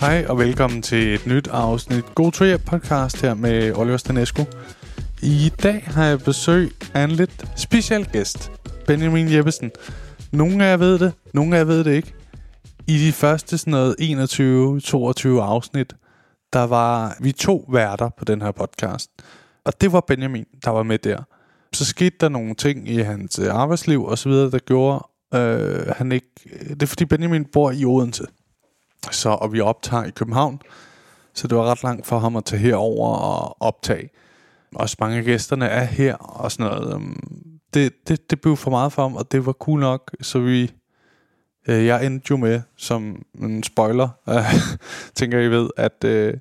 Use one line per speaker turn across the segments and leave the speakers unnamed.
Hej og velkommen til et nyt afsnit God Tur Hjem podcast her med Oliver Stanescu. I dag har jeg besøg af en lidt speciel gæst, Benjamin Jeppesen. Nogle af jer ved det, nogle af jer ved det ikke. I de første sådan noget 21-22 afsnit, der var vi to værter på den her podcast. Og det var Benjamin, der var med der. Så skete der nogle ting i hans øh, arbejdsliv og så videre, der gjorde øh, han ikke... Det er fordi Benjamin bor i Odense. Så, og vi optager i København. Så det var ret langt for ham at tage herover og optage. Også mange af gæsterne er her og sådan noget. Øhm, Det, det, det blev for meget for ham, og det var cool nok, så vi... Øh, jeg endte jo med, som en spoiler, øh, tænker I ved, at øh,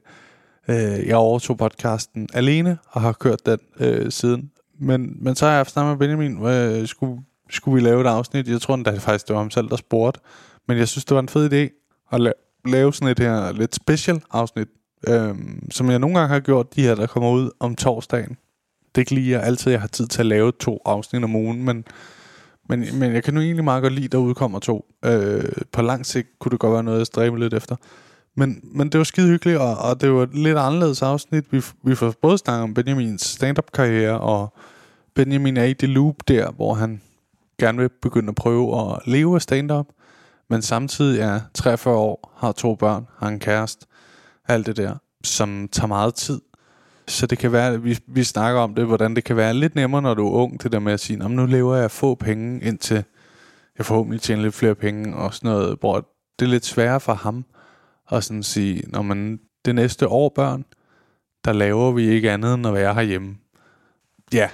øh, jeg overtog podcasten alene og har kørt den øh, siden. Men, men så har jeg haft snakket med Benjamin, øh, skulle, skulle vi lave et afsnit? Jeg tror endda faktisk, det var ham selv, der spurgte. Men jeg synes, det var en fed idé at lave lave sådan et her lidt special afsnit, øhm, som jeg nogle gange har gjort, de her, der kommer ud om torsdagen. Det er ikke lige jeg altid, jeg har tid til at lave to afsnit om ugen, men, men, men jeg kan nu egentlig meget godt lide, der udkommer to. Øh, på lang sigt kunne det godt være noget at stræbe lidt efter. Men, men det var skide hyggeligt, og, og det var et lidt anderledes afsnit. Vi, f- vi får både snakket om Benjamins stand-up-karriere, og Benjamin er i det loop der, hvor han gerne vil begynde at prøve at leve af stand-up men samtidig er 43 år, har to børn, har en kæreste, alt det der, som tager meget tid. Så det kan være, vi, vi snakker om det, hvordan det kan være lidt nemmere, når du er ung, det der med at sige, "Nå, men nu lever jeg af få penge, indtil jeg forhåbentlig tjener lidt flere penge, og sådan noget, hvor det er lidt sværere for ham at sådan sige, når man det næste år, børn, der laver vi ikke andet end at være herhjemme. Ja,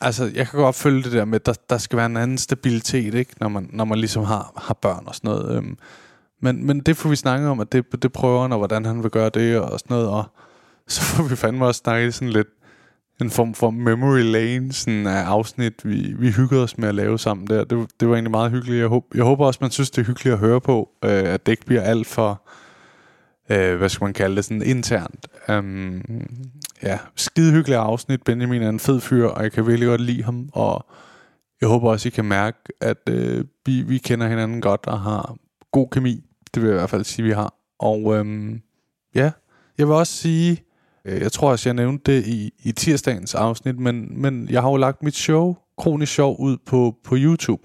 Altså, jeg kan godt følge det der med, at der, der skal være en anden stabilitet, ikke? Når, man, når man ligesom har, har børn og sådan noget. Øhm, men, men det får vi snakket om, at det, det prøver han, og hvordan han vil gøre det og sådan noget. Og så får vi fandme også snakket sådan lidt en form for memory lane sådan af afsnit, vi, vi hyggede os med at lave sammen der. Det, det var egentlig meget hyggeligt. Jeg, håb, jeg håber også, man synes, det er hyggeligt at høre på, øh, at det ikke bliver alt for, øh, hvad skal man kalde det, sådan internt. Um, ja, skide hyggelig afsnit. Benjamin er en fed fyr, og jeg kan virkelig godt lide ham. Og jeg håber også, I kan mærke, at øh, vi, vi kender hinanden godt og har god kemi. Det vil jeg i hvert fald sige, vi har. Og øhm, ja, jeg vil også sige, øh, jeg tror også, jeg nævnte det i, i tirsdagens afsnit, men, men jeg har jo lagt mit show, Kronisk Show, ud på, på YouTube.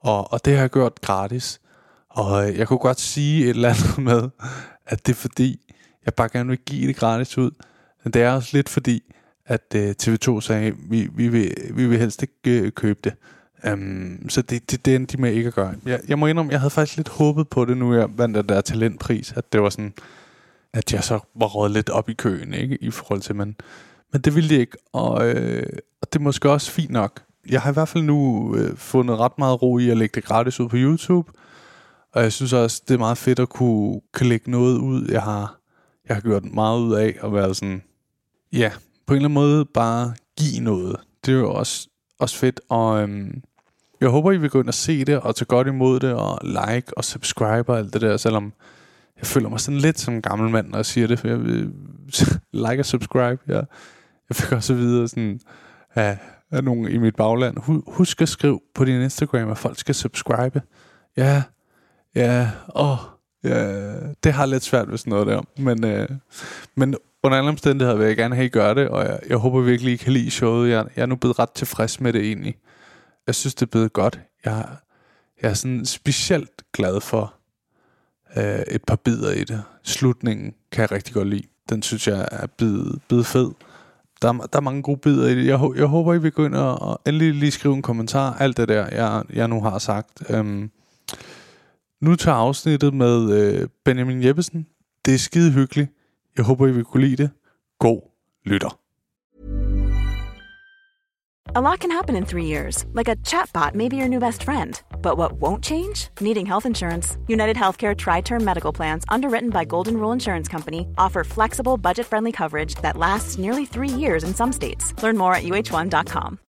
Og, og det har jeg gjort gratis. Og øh, jeg kunne godt sige et eller andet med, at det er fordi, jeg bare gerne vil give det gratis ud. Men det er også lidt fordi, at øh, TV2 sagde, vi, vi, vil, vi vil helst ikke øh, købe det. Um, så det, det, det endte de med ikke at gøre. Jeg, jeg må indrømme, jeg havde faktisk lidt håbet på det, nu jeg vandt den der talentpris, at det var sådan, at jeg så var rådet lidt op i køen, ikke? I forhold til, men, men det ville de ikke, og, øh, og det er måske også fint nok. Jeg har i hvert fald nu øh, fundet ret meget ro i at lægge det gratis ud på YouTube, og jeg synes også, det er meget fedt at kunne, kunne lægge noget ud. Jeg har, jeg har gjort meget ud af at være sådan, ja, på en eller anden måde bare give noget. Det er jo også, også fedt, og øhm, jeg håber, I vil gå ind og se det, og tage godt imod det, og like og subscribe og alt det der, selvom jeg føler mig sådan lidt som en gammel mand, når jeg siger det, for jeg vil like og subscribe. Jeg, jeg fik også videre sådan, af, af nogen i mit bagland, "Hu- husk at skrive på din Instagram, at folk skal subscribe. Ja, Ja, åh, ja, det har lidt svært ved sådan noget der. Men, øh, men under alle omstændigheder vil jeg gerne have, at I gør det, og jeg, jeg håber virkelig, I kan lide showet. Jeg, jeg er nu blevet ret tilfreds med det egentlig. Jeg synes, det er blevet godt. Jeg, jeg er sådan specielt glad for øh, et par bidder i det. Slutningen kan jeg rigtig godt lide. Den synes jeg er blevet, blevet fed. Der, er- der er mange gode bidder i det. Jeg, hå- jeg håber, I vil gå ind og, og endelig lige skrive en kommentar. Alt det der, jeg, jeg nu har sagt. Øhm, nu tager afsnittet med øh, Benjamin Jeppesen. Det er skide hyggeligt. Jeg håber, I vil kunne lide det. God lytter.
A lot can happen in three years, like a chatbot may be your new best friend. But what won't change? Needing health insurance. United Healthcare Tri Term Medical Plans, underwritten by Golden Rule Insurance Company, offer flexible, budget friendly coverage that lasts nearly three years in some states. Learn more at uh1.com.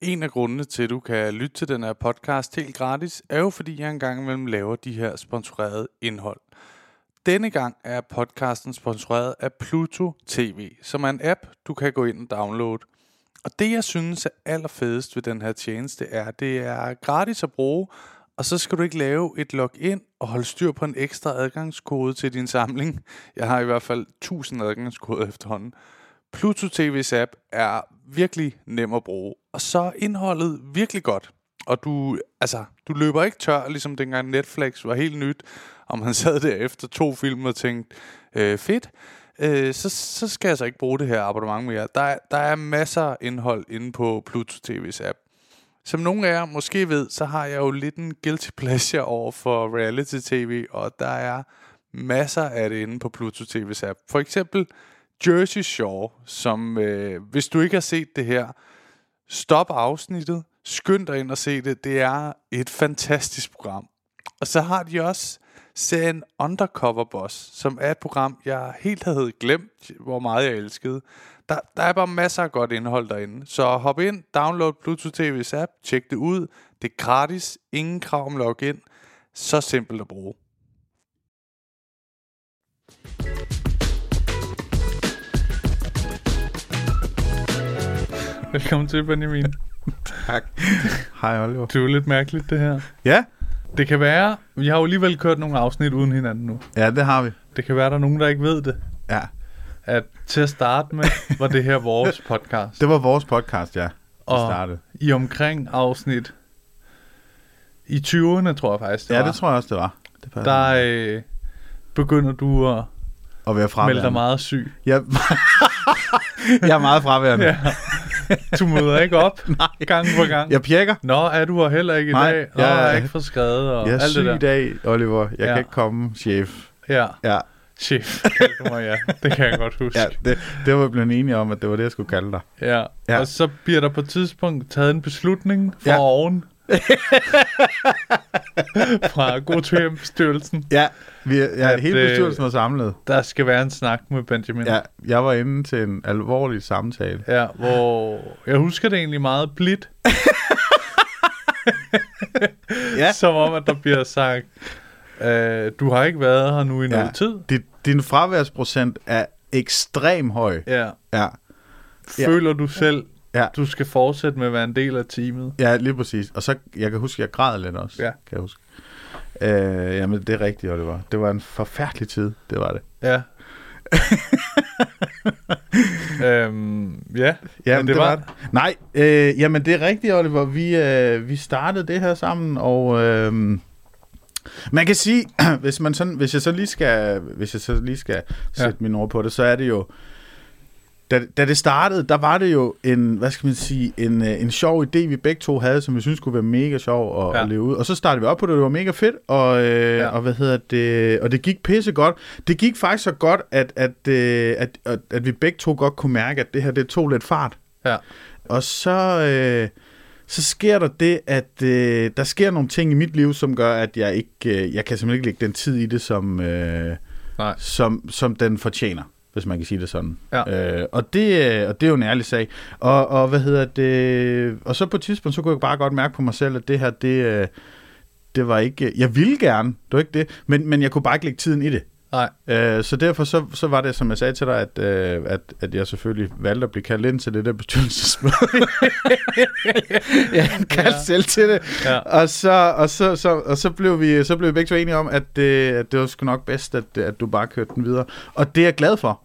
En af grundene til, at du kan lytte til den her podcast helt gratis, er jo fordi jeg engang imellem laver de her sponsorerede indhold. Denne gang er podcasten sponsoreret af Pluto TV, som er en app, du kan gå ind og downloade. Og det, jeg synes er allerfedest ved den her tjeneste, er, at det er gratis at bruge, og så skal du ikke lave et login og holde styr på en ekstra adgangskode til din samling. Jeg har i hvert fald 1000 adgangskoder efterhånden. Pluto TV's app er virkelig nem at bruge, og så er indholdet virkelig godt. Og du, altså, du løber ikke tør, ligesom dengang Netflix var helt nyt, og man sad der efter to film og tænkte, øh, fedt, øh, så, så skal jeg så ikke bruge det her abonnement mere. Der, er- der er masser af indhold inde på Pluto TV's app. Som nogle af jer måske ved, så har jeg jo lidt en guilty pleasure over for reality-tv, og der er masser af det inde på Pluto TV's app. For eksempel Jersey Shore, som øh, hvis du ikke har set det her, stop afsnittet, skynd dig ind og se det. Det er et fantastisk program. Og så har de også serien Undercover Boss, som er et program, jeg helt havde glemt, hvor meget jeg elskede. Der, der er bare masser af godt indhold derinde. Så hop ind, download Bluetooth TV's app, tjek det ud. Det er gratis, ingen krav om login. Så simpelt at bruge. Velkommen til, Benjamin.
Tak. Hej, Oliver.
Det er jo lidt mærkeligt, det her.
Ja,
Det kan være, vi har jo alligevel kørt nogle afsnit uden hinanden nu.
ja, det har vi.
Det kan være, der er nogen, der ikke ved det.
Ja,
At til at starte med, var det her vores podcast.
det var vores podcast, ja.
og
Og startede.
i omkring afsnit i 20'erne, tror jeg faktisk.
Ja,
var,
det tror jeg også, det var. Det passer.
Der øh, begynder du at
og være
melde dig
fraværende.
meget syg.
øh, Jeg, jeg er meget fraværende.
Ja.
Ja.
Du møder ikke op gang på gang.
Jeg pjekker.
Nå, er du her heller ikke i
Nej,
dag? Nå,
jeg-
jeg er ikke for skrevet og
Jeg er
alt
syg i
det der.
dag, Oliver. Jeg
Ja.
kan ikke komme, chef.
Ja,
Ja,
chef. kaldte Du mig, ja. Det kan jeg godt huske.
ja det, det var vi blevet enige om, at det var det, jeg skulle kalde dig.
Ja. ja,
Ja.
og så bliver der på et tidspunkt taget en beslutning fra ja.
Ja.
oven. fra Godtøjhjemsstyrelsen.
Ja, vi, er- ja
At,
hele
øh,
bestyrelsen var samlet.
Der skal være en snak med Benjamin.
Ja, jeg var inde til en alvorlig samtale.
ja hvor jeg husker det egentlig meget blidt.
Ja.
Som om, at der bliver sagt, øh, du har ikke været her nu i ja.
ja.
noget tid.
Dit, din fraværsprocent er ekstrem høj.
Ja.
Ja.
Føler du selv,
Ja.
du skal fortsætte med at være en del af teamet?
Ja, lige præcis. Og så, jeg kan huske, jeg græd lidt også.
Ja.
Kan jeg huske. Øh, jamen, det er rigtigt, og det var. Det var en forfærdelig tid, det var det.
Ja. øhm, ja,
Jamen, det, det var det. Nej, øh, jamen, det er rigtigt, Oliver. Vi, øh, vi startede det her sammen, og... Øh, man kan sige, hvis, man sådan, hvis jeg så lige skal, hvis jeg så lige skal sætte mine ord på det, så er det jo, da, da det startede, der var det jo en, hvad skal man sige, en, øh, en sjov idé, vi begge to havde, som vi synes kunne være mega sjov at,
Ja.
ja. at leve ud. Og så startede vi op på det, og det var mega fedt, og, øh,
Ja.
ja. og hvad hedder det, og det gik pisse godt. Det gik faktisk så godt, at, at, øh, at, at, at vi begge to godt kunne mærke, at det her, det tog lidt fart.
Ja.
Og så, øh, så sker der det, at øh, der sker nogle ting i mit liv, som gør, at jeg ikke, øh, jeg kan simpelthen ikke lægge den tid i det, som, øh,
Nej.
som, som den fortjener, hvis man kan sige det sådan.
Ja.
Øh, og, det, øh, og det er jo en ærlig sag. Og, og hvad hedder det? Og så på et tidspunkt, så kunne jeg bare godt mærke på mig selv, at det her, det, øh, det var ikke... Jeg ville gerne, det var ikke det, men, men jeg kunne bare ikke lægge tiden i det.
Nej.
Øh, så derfor så, så var det, som jeg sagde til dig, at, øh, at, at jeg selvfølgelig valgte at blive kaldt ind til det der bestyrelsesmøde. jeg kaldte ja. selv til det.
Ja.
Og, så, og, så, så, og så, blev vi, så blev vi begge to enige om, at, øh, at det var sgu nok bedst, at, at du bare kørte den videre. Og det er jeg glad for.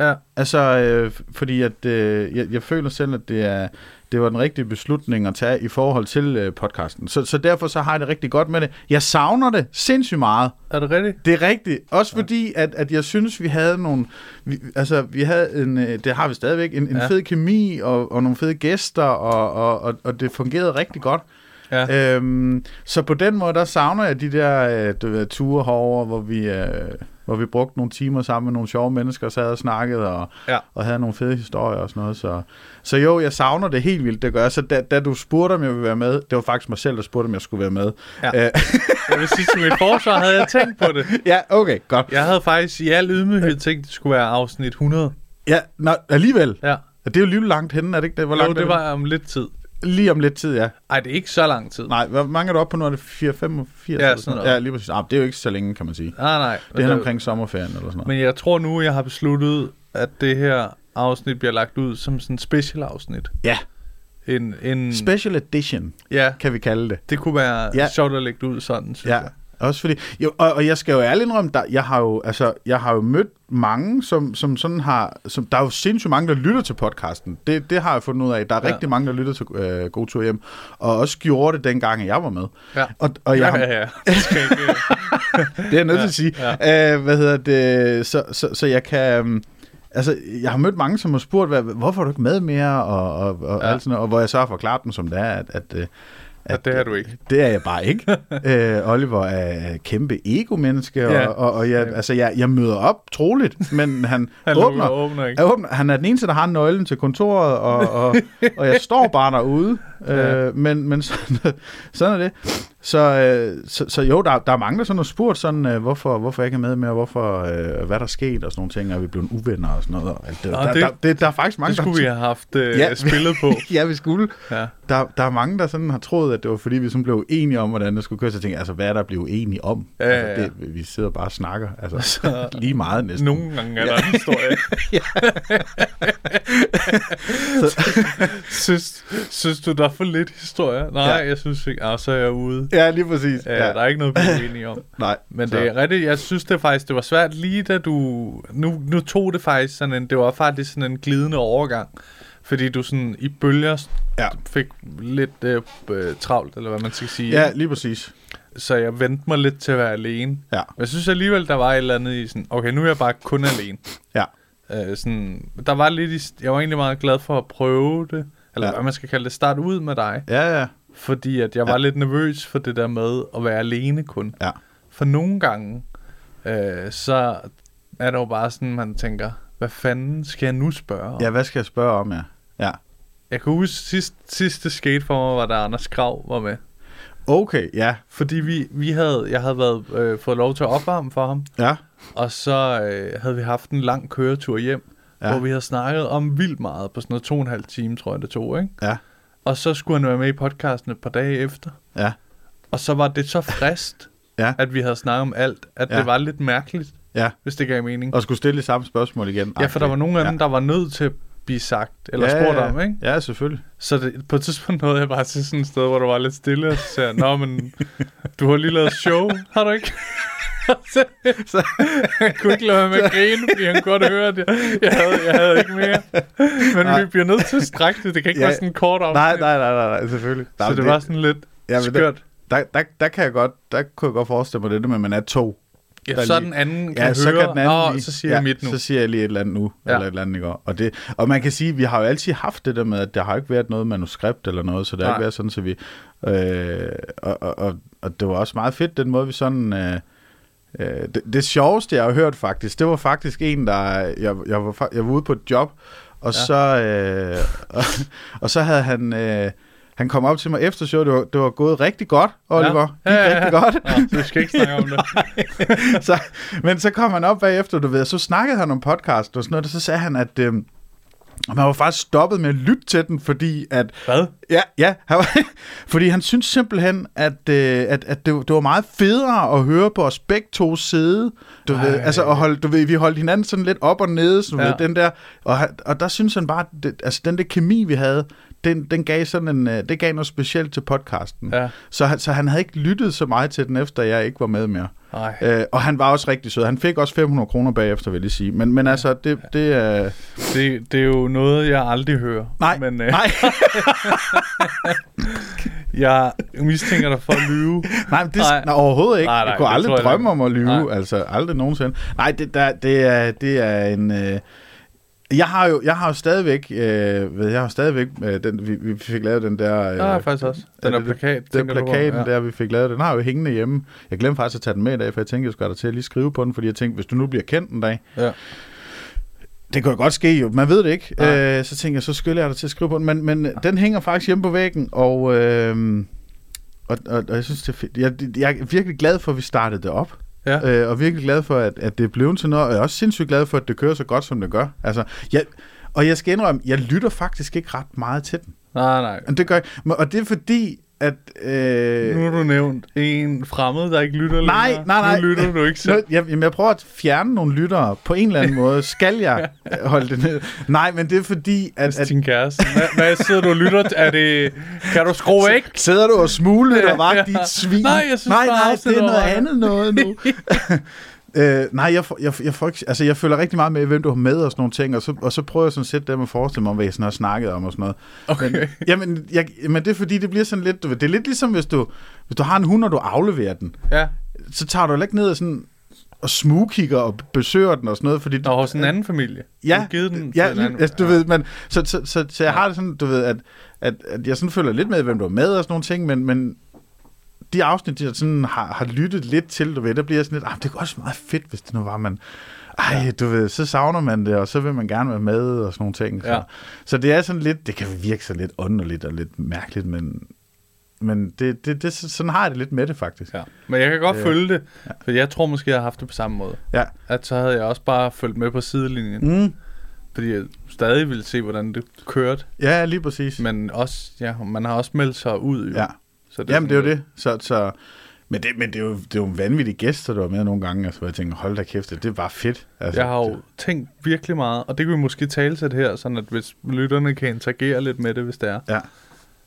Ja.
Altså, øh, f- fordi at, øh, jeg, jeg føler selv, at det, er, det var den rigtige beslutning at tage i forhold til øh, podcasten. Så, så derfor så har jeg det rigtig godt med det. Jeg savner det sindssygt meget.
Er det rigtigt?
Det er rigtigt. Også fordi, at, at jeg synes, vi havde nogle... Vi, altså, vi havde en... øh, Det har vi stadigvæk. En, en
Ja.
fed kemi og, og nogle fede gæster, og, og, og, og det fungerede rigtig godt.
Ja.
Øhm, så på den måde, der savner jeg de der øh, du ved, ture herover, hvor vi, øh, hvor vi brugte nogle timer sammen med nogle sjove mennesker, og sad og snakkede og,
Ja.
og havde nogle fede historier og sådan noget. Så, så jo, jeg savner det helt vildt, det gør jeg. Så da, da du spurgte, om jeg ville være med, det var faktisk mig selv, der spurgte, om jeg skulle være med.
Ja.
Øh,
Jeg vil sige, til mit forsvar havde jeg tænkt på det.
ja okay, godt.
Jeg havde faktisk i al ydmyghed tænkt, det skulle være afsnit 100.
Ja, nå, alligevel.
Ja.
Det er jo lige langt henne, er det ikke det? Hvor
Jo,
langt er
det var om lidt tid.
Lige om lidt tid, ja.
Ej, det er ikke så lang tid.
Nej, hvor mange er du oppe på nu? Er det 4, 85?
Ja, sådan noget.
Ja, lige præcis. Ah, det er jo ikke så længe, kan man sige.
Nej, nej.
Det er hen omkring sommerferien eller sådan noget.
Men jeg tror nu, jeg har besluttet, at det her afsnit bliver lagt ud som sådan en special afsnit.
Ja,
En, en,
special edition,
Mm. ja,
kan vi kalde det.
det kunne være
Ja.
ja. sjovt at lægge det ud sådan, synes
Ja,
jeg.
også fordi... Jo, og, og jeg skal jo ærligt indrømme, der, jeg, har jo, altså, jeg har jo mødt mange, som, som sådan har... Som, der er jo sindssygt mange, der lytter til podcasten. Det, det har jeg fundet ud af. Der er ja.
Ja.
rigtig mange, der lytter til øh, God Tur Hjem. Og også gjorde det dengang, at jeg var med.
Ja.
Og, og jeg har,
ja, ja. Det skal ikke,
Det er jeg nødt til at sige. Ja. Øh, hvad hedder det? Så, så, så jeg kan... øhm, Altså, jeg har mødt mange, som har spurgt, hvad, hvorfor er du ikke med mere, og, og, og, ja.
Ja.
alt sådan noget, og hvor jeg så har forklaret dem, som det er, at, at, øh, at
det er du ikke.
Det er jeg bare ikke. øh, Oliver er kæmpe ego-menneske,
Ja.
og, og, og jeg, altså, jeg, jeg møder op troligt, men han,
Han lukker
åbner,
og åbner ikke.
Jeg åbner. Han er den eneste, der har nøglen til kontoret, og, og, og jeg står bare derude, øh, men, men sådan, sådan er det. Så, øh, så, så jo, der, der er mange, der sådan har spurgt, sådan, øh, hvorfor, hvorfor jeg ikke er med mere, hvorfor, øh, hvad der er sket og sådan nogle ting, og vi er blevet uvenner og sådan noget. Og alt det.
Nå,
der,
det-
der, det, der er faktisk mange,
det skulle vi
der
have haft øh,
Ja.
ja. spillet på.
Ja, vi skulle.
Ja.
Der, der er mange, der sådan har troet, at det var fordi, vi sådan blev enige om, hvordan det skulle køre. Så jeg tænker, altså, hvad er der blevet enige om?
Ja,
altså,
ja, ja.
Det, vi sidder bare og snakker. Altså, lige meget næsten.
Nogle gange er der en historie. synes, synes du, der er for lidt historie? Nej,
Ja.
ja. jeg synes ikke. Ah, så er jeg ude.
Ja, lige præcis.
Ja, ja. Der er ikke noget, vi er uenige om.
Nej,
Men
så-
det er rigtigt, jeg synes det faktisk, det var svært lige da du, nu, nu tog det faktisk sådan en, det var faktisk sådan en glidende overgang, fordi du sådan i bølger
Ja.
ja. fik lidt øh, øh, travlt, eller hvad man skal sige,
Ja, lige præcis.
så jeg vendte mig lidt til at være alene.
Ja.
Men Jeg synes alligevel, der var et eller andet i sådan, okay, nu er jeg bare kun alene.
Ja.
Øh, sådan, der var lidt, i, jeg var egentlig meget glad for at prøve det,
Ja.
eller ja. hvad man skal kalde det, starte ud med dig,
Ja, ja.
fordi at jeg var lidt nervøs for det der med at være alene kun.
Ja.
For nogle gange, øh, så er det jo bare sådan, man tænker, hvad fanden skal jeg nu spørge om?
Ja, hvad skal jeg spørge om, ja? Ja.
Jeg kan huske, sidst, sidste skate for mig var, da Anders Krav var med.
Okay, ja.
Fordi vi, vi havde, jeg havde været, øh, fået lov til at opvarme for ham,
Ja.
og så øh, havde vi haft en lang køretur hjem,
Ja.
ja. hvor vi havde snakket om vildt meget på sådan noget to og en halv time, tror jeg det tog, ikke?
Ja.
Og så skulle han være med i podcasten et par dage efter.
Ja.
Og så var det så frist,
Ja.
at vi havde snakket om alt, at
Ja.
ja. det var lidt mærkeligt,
Ja.
hvis det gav mening.
Og skulle stille samme spørgsmål igen.
Ja, for der var nogen af dem, der var nødt til at blive sagt, eller ja, spurgt om, ikke?
Ja, selvfølgelig.
Så det, på et tidspunkt nåede jeg bare til sådan et sted, hvor der var lidt stille, og så sagde jeg, Nå, men du har lige lavet show, har du ikke? så, så jeg kunne ikke lade være med at grine, fordi han kunne godt høre, at jeg, jeg, havde, jeg havde ikke mere. Men
Nej.
vi bliver nødt til at strække det, det kan ikke
Ja.
ja. være sådan en kort afsnit.
Nej, nej, nej, nej, nej selvfølgelig.
Så
Nej,
det,
men
var sådan lidt ja,
men
skørt.
Der, der, der, kan jeg godt, der kunne jeg godt forestille mig det, der med, at man er to.
Ja,
der
så
lige-
den anden kan
Ja,
høre,
så kan den anden
Nå,
lige,
så siger ja, jeg mit nu.
Så siger jeg lige et eller andet nu, ja.
Ja.
eller et eller andet, ikke? Og, det, og man kan sige, vi har jo altid haft det der med, at der har ikke været noget manuskript eller noget, så det har
Nej.
ikke været sådan, så vi... Øh, og, og, og, og det var også meget fedt, den måde, vi sådan... Øh, Øh, det, det sjoveste, jeg har hørt faktisk, det var faktisk en, der... Jeg, jeg, var, fa- jeg var ude på et job, og, ja. så, øh, og, og så havde han... Øh, han kom op til mig efter showet, det var, det var gået rigtig godt, Oliver. Ja. Gik rigtig godt.
Nå, så vi skal ikke snakke om det.
så, men så kom han op bagefter, du ved, og så snakkede han om podcast og sådan noget, og så sagde han, at øh, man var faktisk stoppet med at lytte til den, fordi at...
Hvad?
Ja, ja han var, fordi han synes simpelthen, at, øh, at, at det, det var meget federe at høre på os begge to side. Du ved, altså, og hold, du ved, vi holdt hinanden sådan lidt op og nede, sådan, ja.
Ja.
ved, den der, og, han- og der synes han bare, at det, altså den der kemi, vi havde, den, den gav sådan en, øh, det gav noget specielt til podcasten.
Ja.
Så, han- så han havde ikke lyttet så meget til den, efter jeg ikke var med mere.
Ej.
Øh, og han var også rigtig sød. Han fik også 500 kroner bagefter, vil jeg sige. Men, men altså, det... det øh...
Det, det er jo noget, jeg aldrig hører.
Nej,
men, øh,
nej,
Jeg mistænker dig for at lyve.
nej, men det, nej. Nej, overhovedet ikke. Nej,
Nej,
nej,
nej,
jeg kunne
det tror
aldrig
jeg
drømme
ikke.
om at lyve. altså, Nej.
Nej.
Altså, aldrig nogensinde. Nej, det, der, det, er, det er en... Øh... Jeg har jo, jeg har jo stadigvæk, øh, ved, jeg har stadigvæk øh, den, vi, vi fik lavet den der... Øh,
Der er faktisk også. Den der
det- det-
plakat,
Den
tænker du på?
plakaten
Ja.
ja. der, vi fik lavet, den har jeg jo hængende hjemme. Jeg glemte faktisk at tage den med i dag, for jeg tænkte, jeg skulle da til at lige skrive på den, fordi jeg tænkte, hvis du nu bliver kendt en dag,
Ja.
det kan jo godt ske jo, man ved det ikke.
Nej.
Øh, så tænkte jeg, så skyller jeg dig til at skrive på den, men, men den hænger faktisk hjemme på væggen, og, øh, og, og, og jeg synes, det er fedt. Jeg, jeg er virkelig glad for, at vi startede det op.
Ja.
Øh, og virkelig glad for, at, at det er blevet til noget, og jeg er også sindssygt glad for, at det kører så godt, som det gør. Altså, jeg, og jeg skal indrømme, jeg lytter faktisk ikke ret meget til den.
Nej, nej.
Men det gør jeg, men- og det er fordi, at... Øh,
Nu har du nævnt en fremmed, der ikke lytter
nej,
længere.
nej, nej.
Nu lytter du ikke selv.
Nå, Jeg, jamen, jeg prøver at fjerne nogle lyttere på en eller anden måde. Skal jeg øh, holde det ned? Nej, men det er fordi, at...
Til
at
Altså, din kæreste. Hvad, hvad sidder du og lytter til? Er det... Kan du skrue ikke?
Sidder du og smule eller var
Ja.
dit svin?
Nej, jeg synes
nej,
bare,
nej,
at
det er
det
noget
var-
andet noget nu. øh, nej, jeg, får- jeg, jeg, får ikke, altså, jeg følger rigtig meget med, hvem du har med og sådan nogle ting, og så, og så prøver jeg sådan set dem at forestille mig, om, hvad jeg sådan har snakket om og sådan noget.
Okay.
Men, jamen, jeg, men det er fordi, det bliver sådan lidt, du ved, det er lidt ligesom, hvis du, hvis du har en hund, og du afleverer den,
Ja.
så tager du heller ikke ned og sådan og smugkigger og besøger den og sådan noget, fordi
Nå, hos en anden familie. Du
Ja,
har givet den
ja
til en
lige,
anden.
altså, du ved, men, så, så, så, så jeg har det sådan, du ved, at, at, at jeg sådan føler lidt med, hvem du er med og sådan nogle ting, men, men de afsnit, jeg sådan har, har lyttet lidt til, du ved, der bliver jeg sådan lidt, ah, det er også meget fedt, hvis det nu var, man, ej, du ved, så savner man det, og så vil man gerne være med og sådan nogle ting. Så,
Ja.
så det er sådan lidt, det kan virke så lidt underligt og lidt mærkeligt, men, men det, det, det, sådan har jeg det lidt med det, faktisk.
Ja. Men jeg kan godt øh, følge det, for jeg tror måske, jeg har haft det på samme måde.
Ja.
At så havde jeg også bare følt med på sidelinjen. Mm. Fordi jeg stadig ville se, hvordan det kørte.
Ja, lige præcis.
Men også, ja, man har også meldt sig ud. Jo.
Ja.
Så
Det Jamen, det er jo
sådan
det. Så, så, men det, men det, er jo, det er jo en vanvittig gæster, der var med nogle gange, altså, hvor jeg tænker, hold da kæft, det, det var fedt. Altså,
Jeg har jo tænkt virkelig meget, og det kan vi måske tale til det her, sådan at hvis lytterne kan interagere lidt med det, hvis det er.
Ja,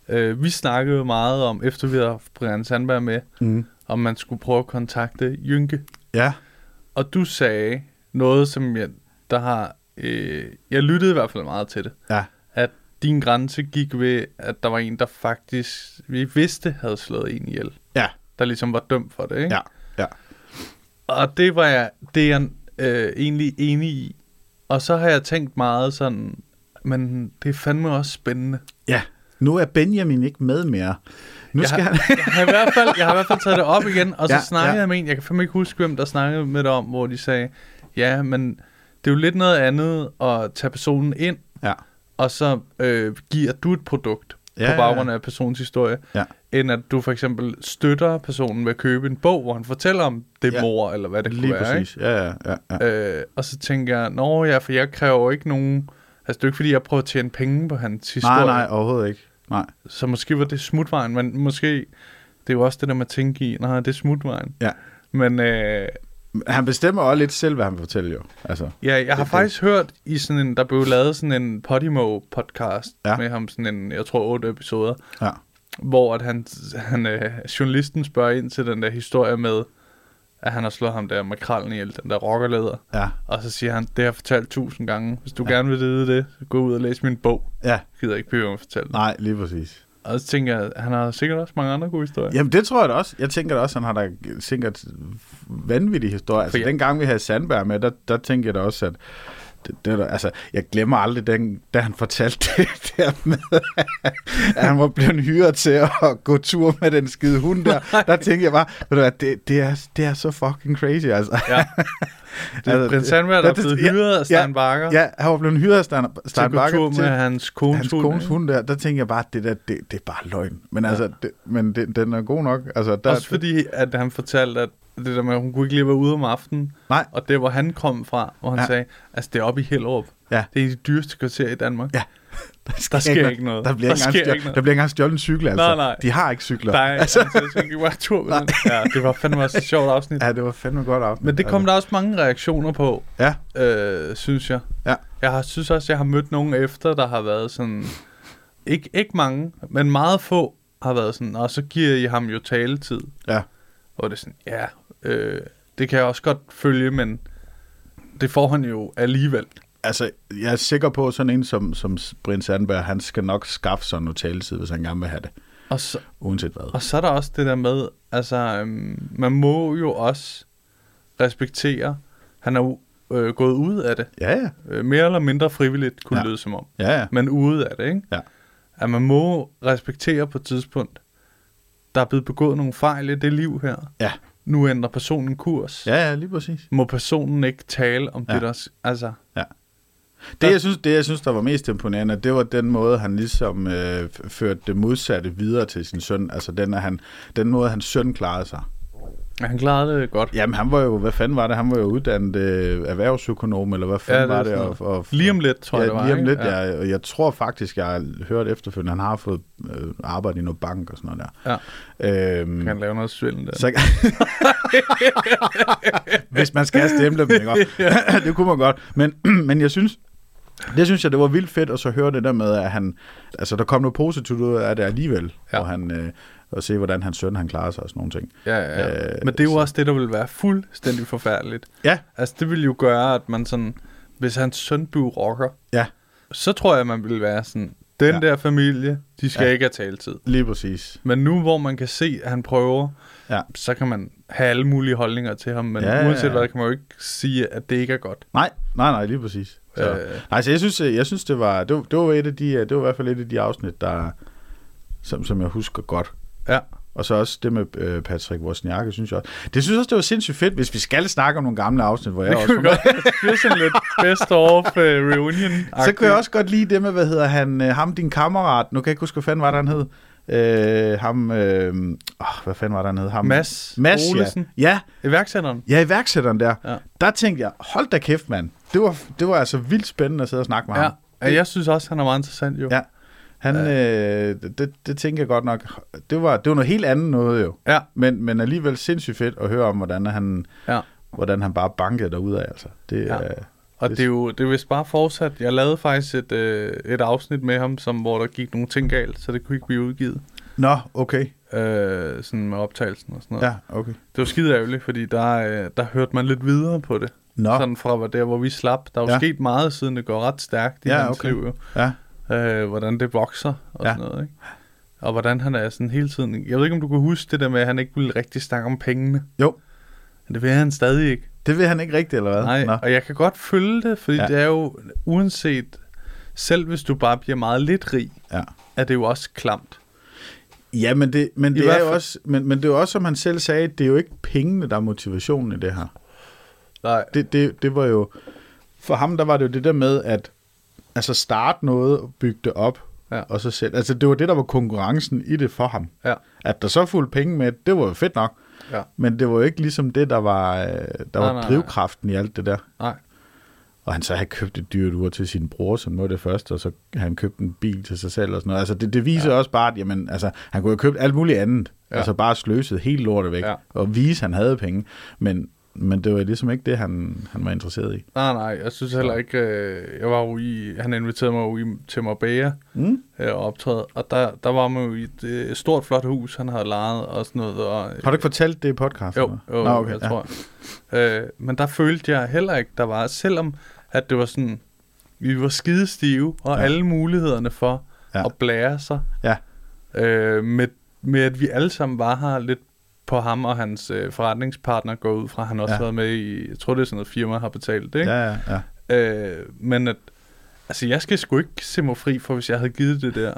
Øh, vi snakkede jo meget om, efter vi havde haft Brian Sandberg med, mm. om man skulle prøve at kontakte Jynke.
ja,
Og du sagde noget, som jeg, der har... Øh, jeg lyttede i hvert fald meget til det.
ja,
At din grænse gik ved, at der var en, der faktisk... Vi vidste havde slået en ihjel.
ja,
Der ligesom var dømt for det, ikke?
ja, ja.
Og det var jeg, det er jeg øh, egentlig enig i. Og så har jeg tænkt meget sådan, men det er fandme også spændende.
ja. Nu er Benjamin ikke med mere. Nu
Jeg
skal han...
har, jeg, har i hvert fald, jeg har i hvert fald taget det op igen, og så
Ja,
ja, snakkede
ja.
ja. jeg med en, jeg kan fandme ikke huske, hvem der snakkede med det om, hvor de sagde, ja, men det er jo lidt noget andet at tage personen ind,
Ja,
og så øh, giver du et produkt
Ja,
ja,
ja,
på
ja.
baggrund af personens historie,
Ja.
end at du for eksempel støtter personen ved at købe en bog, hvor han fortæller om det
Ja.
ja. mor, eller hvad det
lige
kunne være. Ikke?
præcis. Ja, ja, ja, ja.
Øh, og så tænker jeg, nå ja, for jeg kræver jo ikke nogen... Altså, det er jo ikke, fordi jeg prøver at tjene penge på hans
Nej,
historie.
nej, overhovedet ikke. Nej,
Så måske var det smutvejen, men måske... Det er jo også det der med at tænke i, nej, det er smutvejen.
ja.
Men øh,
Han bestemmer også lidt selv, hvad han vil fortælle, jo. Altså,
ja, jeg har
det.
faktisk hørt i sådan en... Der blev lavet sådan en Podimo-podcast
Ja.
ja. med ham, sådan en, jeg tror, otte episoder,
ja.
hvor at han, han øh, journalisten spørger ind til den der historie med, at han har slået ham der makrallen ihjel, den der rockerleder.
Ja.
Og så siger han, det har jeg fortalt tusind gange. Hvis du ja. gerne vil vide det, så gå ud og læs min bog.
Ja,
Jeg gider ikke behøve at fortælle den.
nej, lige præcis.
Og så tænker jeg, han har sikkert også mange andre gode historier.
Jamen, det tror jeg da også. Jeg tænker da også, han har da sikkert vanvittig historie. Altså,
jeg-
den gang vi havde Sandberg med, der, der tænkte jeg da også, at det, det var, altså, jeg glemmer aldrig, den, da han fortalte det der med, at han var blevet hyret til at gå tur med den skide hund der. Der tænkte jeg bare, ved du hvad, det, det, er, det er så fucking crazy, altså.
Ja. Det er prins Sandberg, der er
det-
blevet hyret af Stein Bagger
Ja, han var blevet hyret af Stein,
til
Stein
at gå
Bagger
tur med hans kones
hans
hund,
kones
ikke?
hund der, der tænkte jeg bare, det der, det, det er bare løgn. Men altså, det, men det, den er god nok. Altså, der,
Også fordi, at han fortalte, at det der med, at hun kunne ikke lige være ude om aftenen.
Nej.
Og det, hvor han kom fra, hvor han
Ja.
ja. sagde, altså det er oppe i Hellerup.
Ja.
Det er i de dyreste kvarter i Danmark.
Ja.
Der sker ikke noget.
Der bliver,
Der
ikke, engang
sker
stjålet,
ikke noget.
der bliver ikke engang stjålet en cykel, altså.
Nej, nej.
De har ikke cykler.
Nej,
altså.
altså, altså jeg gik bare tur med den. Ja, det var fandme også et sjovt afsnit.
Ja, det var fandme godt af.
Men det kom der også mange reaktioner på,
Ja,
øh, synes jeg.
ja,
Jeg har, synes også, jeg har mødt nogen efter, der har været sådan... Ikke, ikke mange, men meget få har været sådan, og så giver I ham jo taletid.
ja.
Og det er sådan, ja, øh, det kan jeg også godt følge, men det får han jo alligevel.
Altså, jeg er sikker på, at sådan en som, som Brian Sandberg, han skal nok skaffe sig en taletid, hvis han gerne vil have det.
Og så,
Uanset hvad.
og så er der også det der med, altså, øhm, man må jo også respektere, han er jo øh, gået ud af det.
Ja, ja.
Øh, mere eller mindre frivilligt, kunne
Ja.
ja. lyde som om.
Ja, ja.
Men ude af det, ikke?
Ja.
At man må respektere på et tidspunkt, der er blevet begået nogle fejl i det liv her.
Ja.
Nu ændrer personen kurs.
Ja, ja, lige præcis.
Må personen ikke tale om
Ja.
ja. det, der... s- Altså,
Ja. Det jeg, synes, det, jeg synes, der var mest imponerende, det var den måde, han ligesom øh, f- førte det modsatte videre til sin søn. Altså den, at han, den måde, hans søn klarede sig.
han klarede det godt.
Jamen, han var jo, hvad fanden var det? Han var jo uddannet øh, erhvervsøkonom, eller hvad fanden ja, det var det?
sådan noget.
Og, og,
Lige om lidt, tror
ja,
jeg, det var.
Lige om
ikke?
lidt, ja. Jeg, jeg tror faktisk, jeg har hørt efterfølgende, han har fået øh, arbejde i noget bank og sådan noget
ja.
der. Øhm,
Kan han lave noget svindel der?
så, hvis man skal have stemplet dem, ikke? også? det kunne man godt. Men, men jeg synes, det synes jeg, det var vildt fedt at så høre det der med, at han, altså der kom noget positivt ud af det alligevel, ja.
Ja.
og han, øh, og se, hvordan hans søn, han klarer sig og sådan nogle ting.
Ja, ja, ja.
Øh,
Men det er jo også det, der vil være fuldstændig forfærdeligt.
Ja,
Altså, det vil jo gøre, at man sådan... Hvis hans søn blev rocker,
ja,
så tror jeg, man ville være sådan... Den
Ja.
ja. der familie, de skal
Ja.
ja. ikke have taletid.
lige præcis.
Men nu, hvor man kan se, at han prøver,
Ja.
så kan man have alle mulige holdninger til ham. Men
Ja, ja,
ja, uanset
ja.
hvad, kan man jo ikke sige, at det ikke er godt.
Nej, nej, nej, lige præcis. Så, øh.
Øh.
Nej, så jeg synes, øh, jeg synes det var, det var, det var et af de, øh, det var i hvert fald et af de afsnit, der, som, som jeg husker godt.
Ja.
Og så også det med øh, Patrick Wozniak, synes jeg også. Det synes jeg også, det var sindssygt fedt, hvis vi skal snakke om nogle gamle afsnit, hvor jeg
Det
også
kunne
var
godt. Det bliver sådan lidt best of uh, reunion
med. Så kunne jeg også godt lide det med, hvad hedder han, øh, ham din kammerat, nu kan jeg ikke huske, hvad fanden var det, han hed. Øh, ham, øh, åh, hvad fanden var det, han hed? Ham,
Mads
Mads ja.
Olesen.
ja.
Iværksætteren.
Ja, iværksætteren der. Ja.
Ja.
Der tænkte jeg, hold da kæft, mand. Det var, det var altså vildt spændende at sidde og snakke med
Ja.
ham.
ja. Jeg synes også, han er meget interessant, jo.
Ja. Han, øh, det, det tænker jeg godt nok. Det var, det var noget helt andet noget jo.
Ja.
Men, men alligevel sindssygt fedt at høre om, hvordan han,
ja.
hvordan han bare bankede derud af. Altså. Det, ja.
Ja.
øh,
Og det er jo det er vist bare fortsat. Jeg lavede faktisk et, øh, et afsnit med ham, som, hvor der gik nogle ting galt, så det kunne ikke blive udgivet.
Nå, okay.
Øh, sådan med optagelsen og sådan noget.
Ja, okay.
Det var skide ærgerligt, fordi der, øh, der hørte man lidt videre på det.
Nå.
Sådan fra hvor- der, hvor vi slap. Der er jo
Ja.
ja. sket meget, siden det går ret stærkt i
Ja,
ja, hans
okay.
okay. liv. Jo.
Ja.
Øh, hvordan det vokser og
Ja.
ja. sådan noget. Ikke? Og hvordan han er sådan hele tiden... Jeg ved ikke, om du kan huske det der med, at han ikke ville rigtig snakke om pengene.
Jo,
Men det vil han stadig ikke.
det ved han ikke rigtigt, eller hvad?
Nej,
Nå.
og jeg kan godt følge det, fordi
Ja.
ja. det er jo uanset, selv hvis du bare bliver meget lidt rig,
Ja.
er det jo også klamt.
Ja, men det, men
I
det
hvert
er jo
fald-
også, men, men det er jo også, som han selv sagde, det er jo ikke pengene, der er motivationen i det her.
Nej. Det,
Det, det, det var jo... For ham, der var det jo det der med, at altså starte noget, bygge det op, ja.
Ja.
og så selv. Altså, det var det, der var konkurrencen i det for ham.
Ja.
At der så fulgte penge med, det var jo fedt nok.
Ja.
Men det var jo ikke ligesom det, der var, øh, der var
nej, nej.
drivkraften i alt det der.
nej.
Og han så havde købt et dyrt ur til sin bror, som noget af det første, og så havde han købt en bil til sig selv og sådan noget. Altså, det, det viser ja. også bare, at jamen, altså, han kunne have købt alt muligt andet. Ja.
Ja.
Altså bare sløset helt lortet væk, ja.
Ja.
og vise, at han havde penge. Men, men det var ligesom ikke det, han, han var interesseret i.
Nej, nej, jeg synes heller ikke, øh, jeg var jo i, han inviterede mig jo i, til Marbella mm. øh, og optræde, og der, der var man jo i et øh, stort, flot hus, han havde lejet og sådan noget. Og, øh,
Har du ikke fortalt det i podcasten?
jo,
eller?
jo,
Nå, okay,
jeg
ja.
tror. Øh, men der følte jeg heller ikke, der var, selvom at det var sådan, vi var skidestive, og ja. alle mulighederne for
Ja.
ja. at blære sig,
Ja,
øh, med, med at vi alle sammen var her lidt på ham og hans øh, forretningspartner går ud fra, han også
Ja.
ja. har været med i, jeg tror det er sådan noget firma har betalt det, ikke?
ja, ja. ja.
Øh, men at, altså jeg skal sgu ikke se mig fri for, hvis jeg havde givet det der,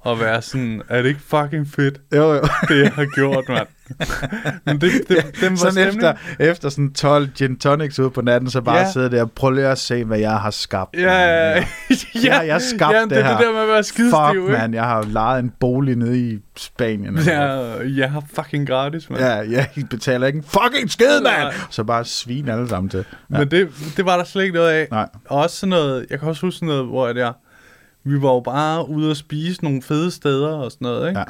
og være sådan, er det ikke fucking fedt,
Jo, jo.
det jeg har gjort, mand? men det, det, den var
Sådan
stemning.
efter, efter sådan 12 gin tonics ude på natten, så bare ja.
Ja.
sidde der og prøv lige at se, hvad jeg har skabt.
Ja, ja, ja.
Ja, jeg har skabt
Jamen,
det
det er
her.
det der med at være skidestiv,
Fuck,
ikke?
man, jeg har lejet en bolig nede i Spanien.
Ja, jeg har fucking gratis, mand.
Ja, ja, I betaler ikke en fucking skid, mand!
Nej.
Så bare svin alle sammen til. Ja.
Ja. Men det, det var der slet ikke noget af.
Nej.
Og også sådan noget, jeg kan også huske sådan noget, hvor jeg, vi var jo bare ude og spise nogle fede steder og sådan noget, ikke?
Ja.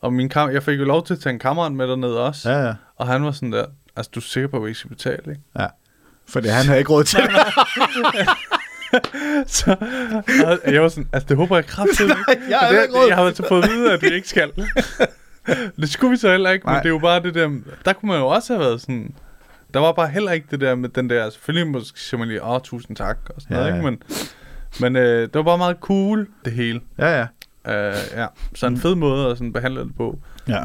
Og min kam- jeg fik jo lov til at tage en kammerat med derned også.
Ja, ja.
Og han var sådan der, altså du er sikker på, at vi ikke skal betale, ikke?
ja. Fordi han havde ikke råd til det.
Så, og jeg var sådan, altså det håber jeg kraftigt ikke.
jeg har
Og det,
ikke råd.
jeg har altså fået at vide, at vi ikke skal. det skulle vi så heller ikke, men
Nej.
det er jo bare det der, der kunne man jo også have været sådan, der var bare heller ikke det der med den der, selvfølgelig måske siger man lige, åh, tusind tak, og sådan
Ja,
ja, noget,
ja.
ikke? Men, men øh, det var bare meget cool, det hele.
Ja, ja.
Uh, ja, så
Mm.
en fed måde at sådan behandle det på.
Ja.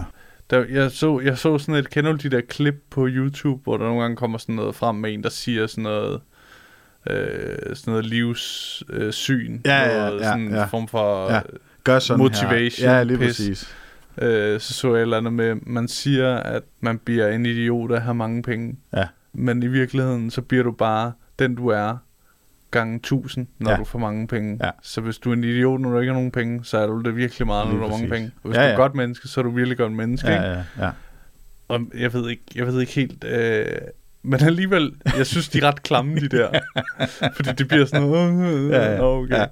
Der, jeg, så, jeg så sådan et, kender du de der klip på YouTube, hvor der nogle gange kommer sådan noget frem med en, der siger sådan noget, øh, sådan noget livssyn. Øh, syn,
Ja, ja,
noget
ja,
sådan en
ja.
form for
Ja. Gør sådan
Motivation,
her. Ja, lige
pis.
præcis.
øh, så så jeg et eller andet med, man siger, at man bliver en idiot af at have mange penge.
Ja.
Men i virkeligheden, så bliver du bare den, du er, gange 1000, når
Ja.
ja. du får mange penge.
Ja.
Så hvis du er en idiot, når du ikke har nogen penge, så er du det virkelig meget, når
Lige
du har mange
præcis.
penge. Og hvis
Ja,
ja, du er
ja.
et godt menneske, så er du virkelig godt menneske. ikke?
Ja, ja, ja.
Og jeg ved ikke, jeg ved ikke helt... Øh, men alligevel, jeg synes, de er ret klamme, de der. Fordi det bliver sådan noget... Øh,
Ja, ja.
ja, okay.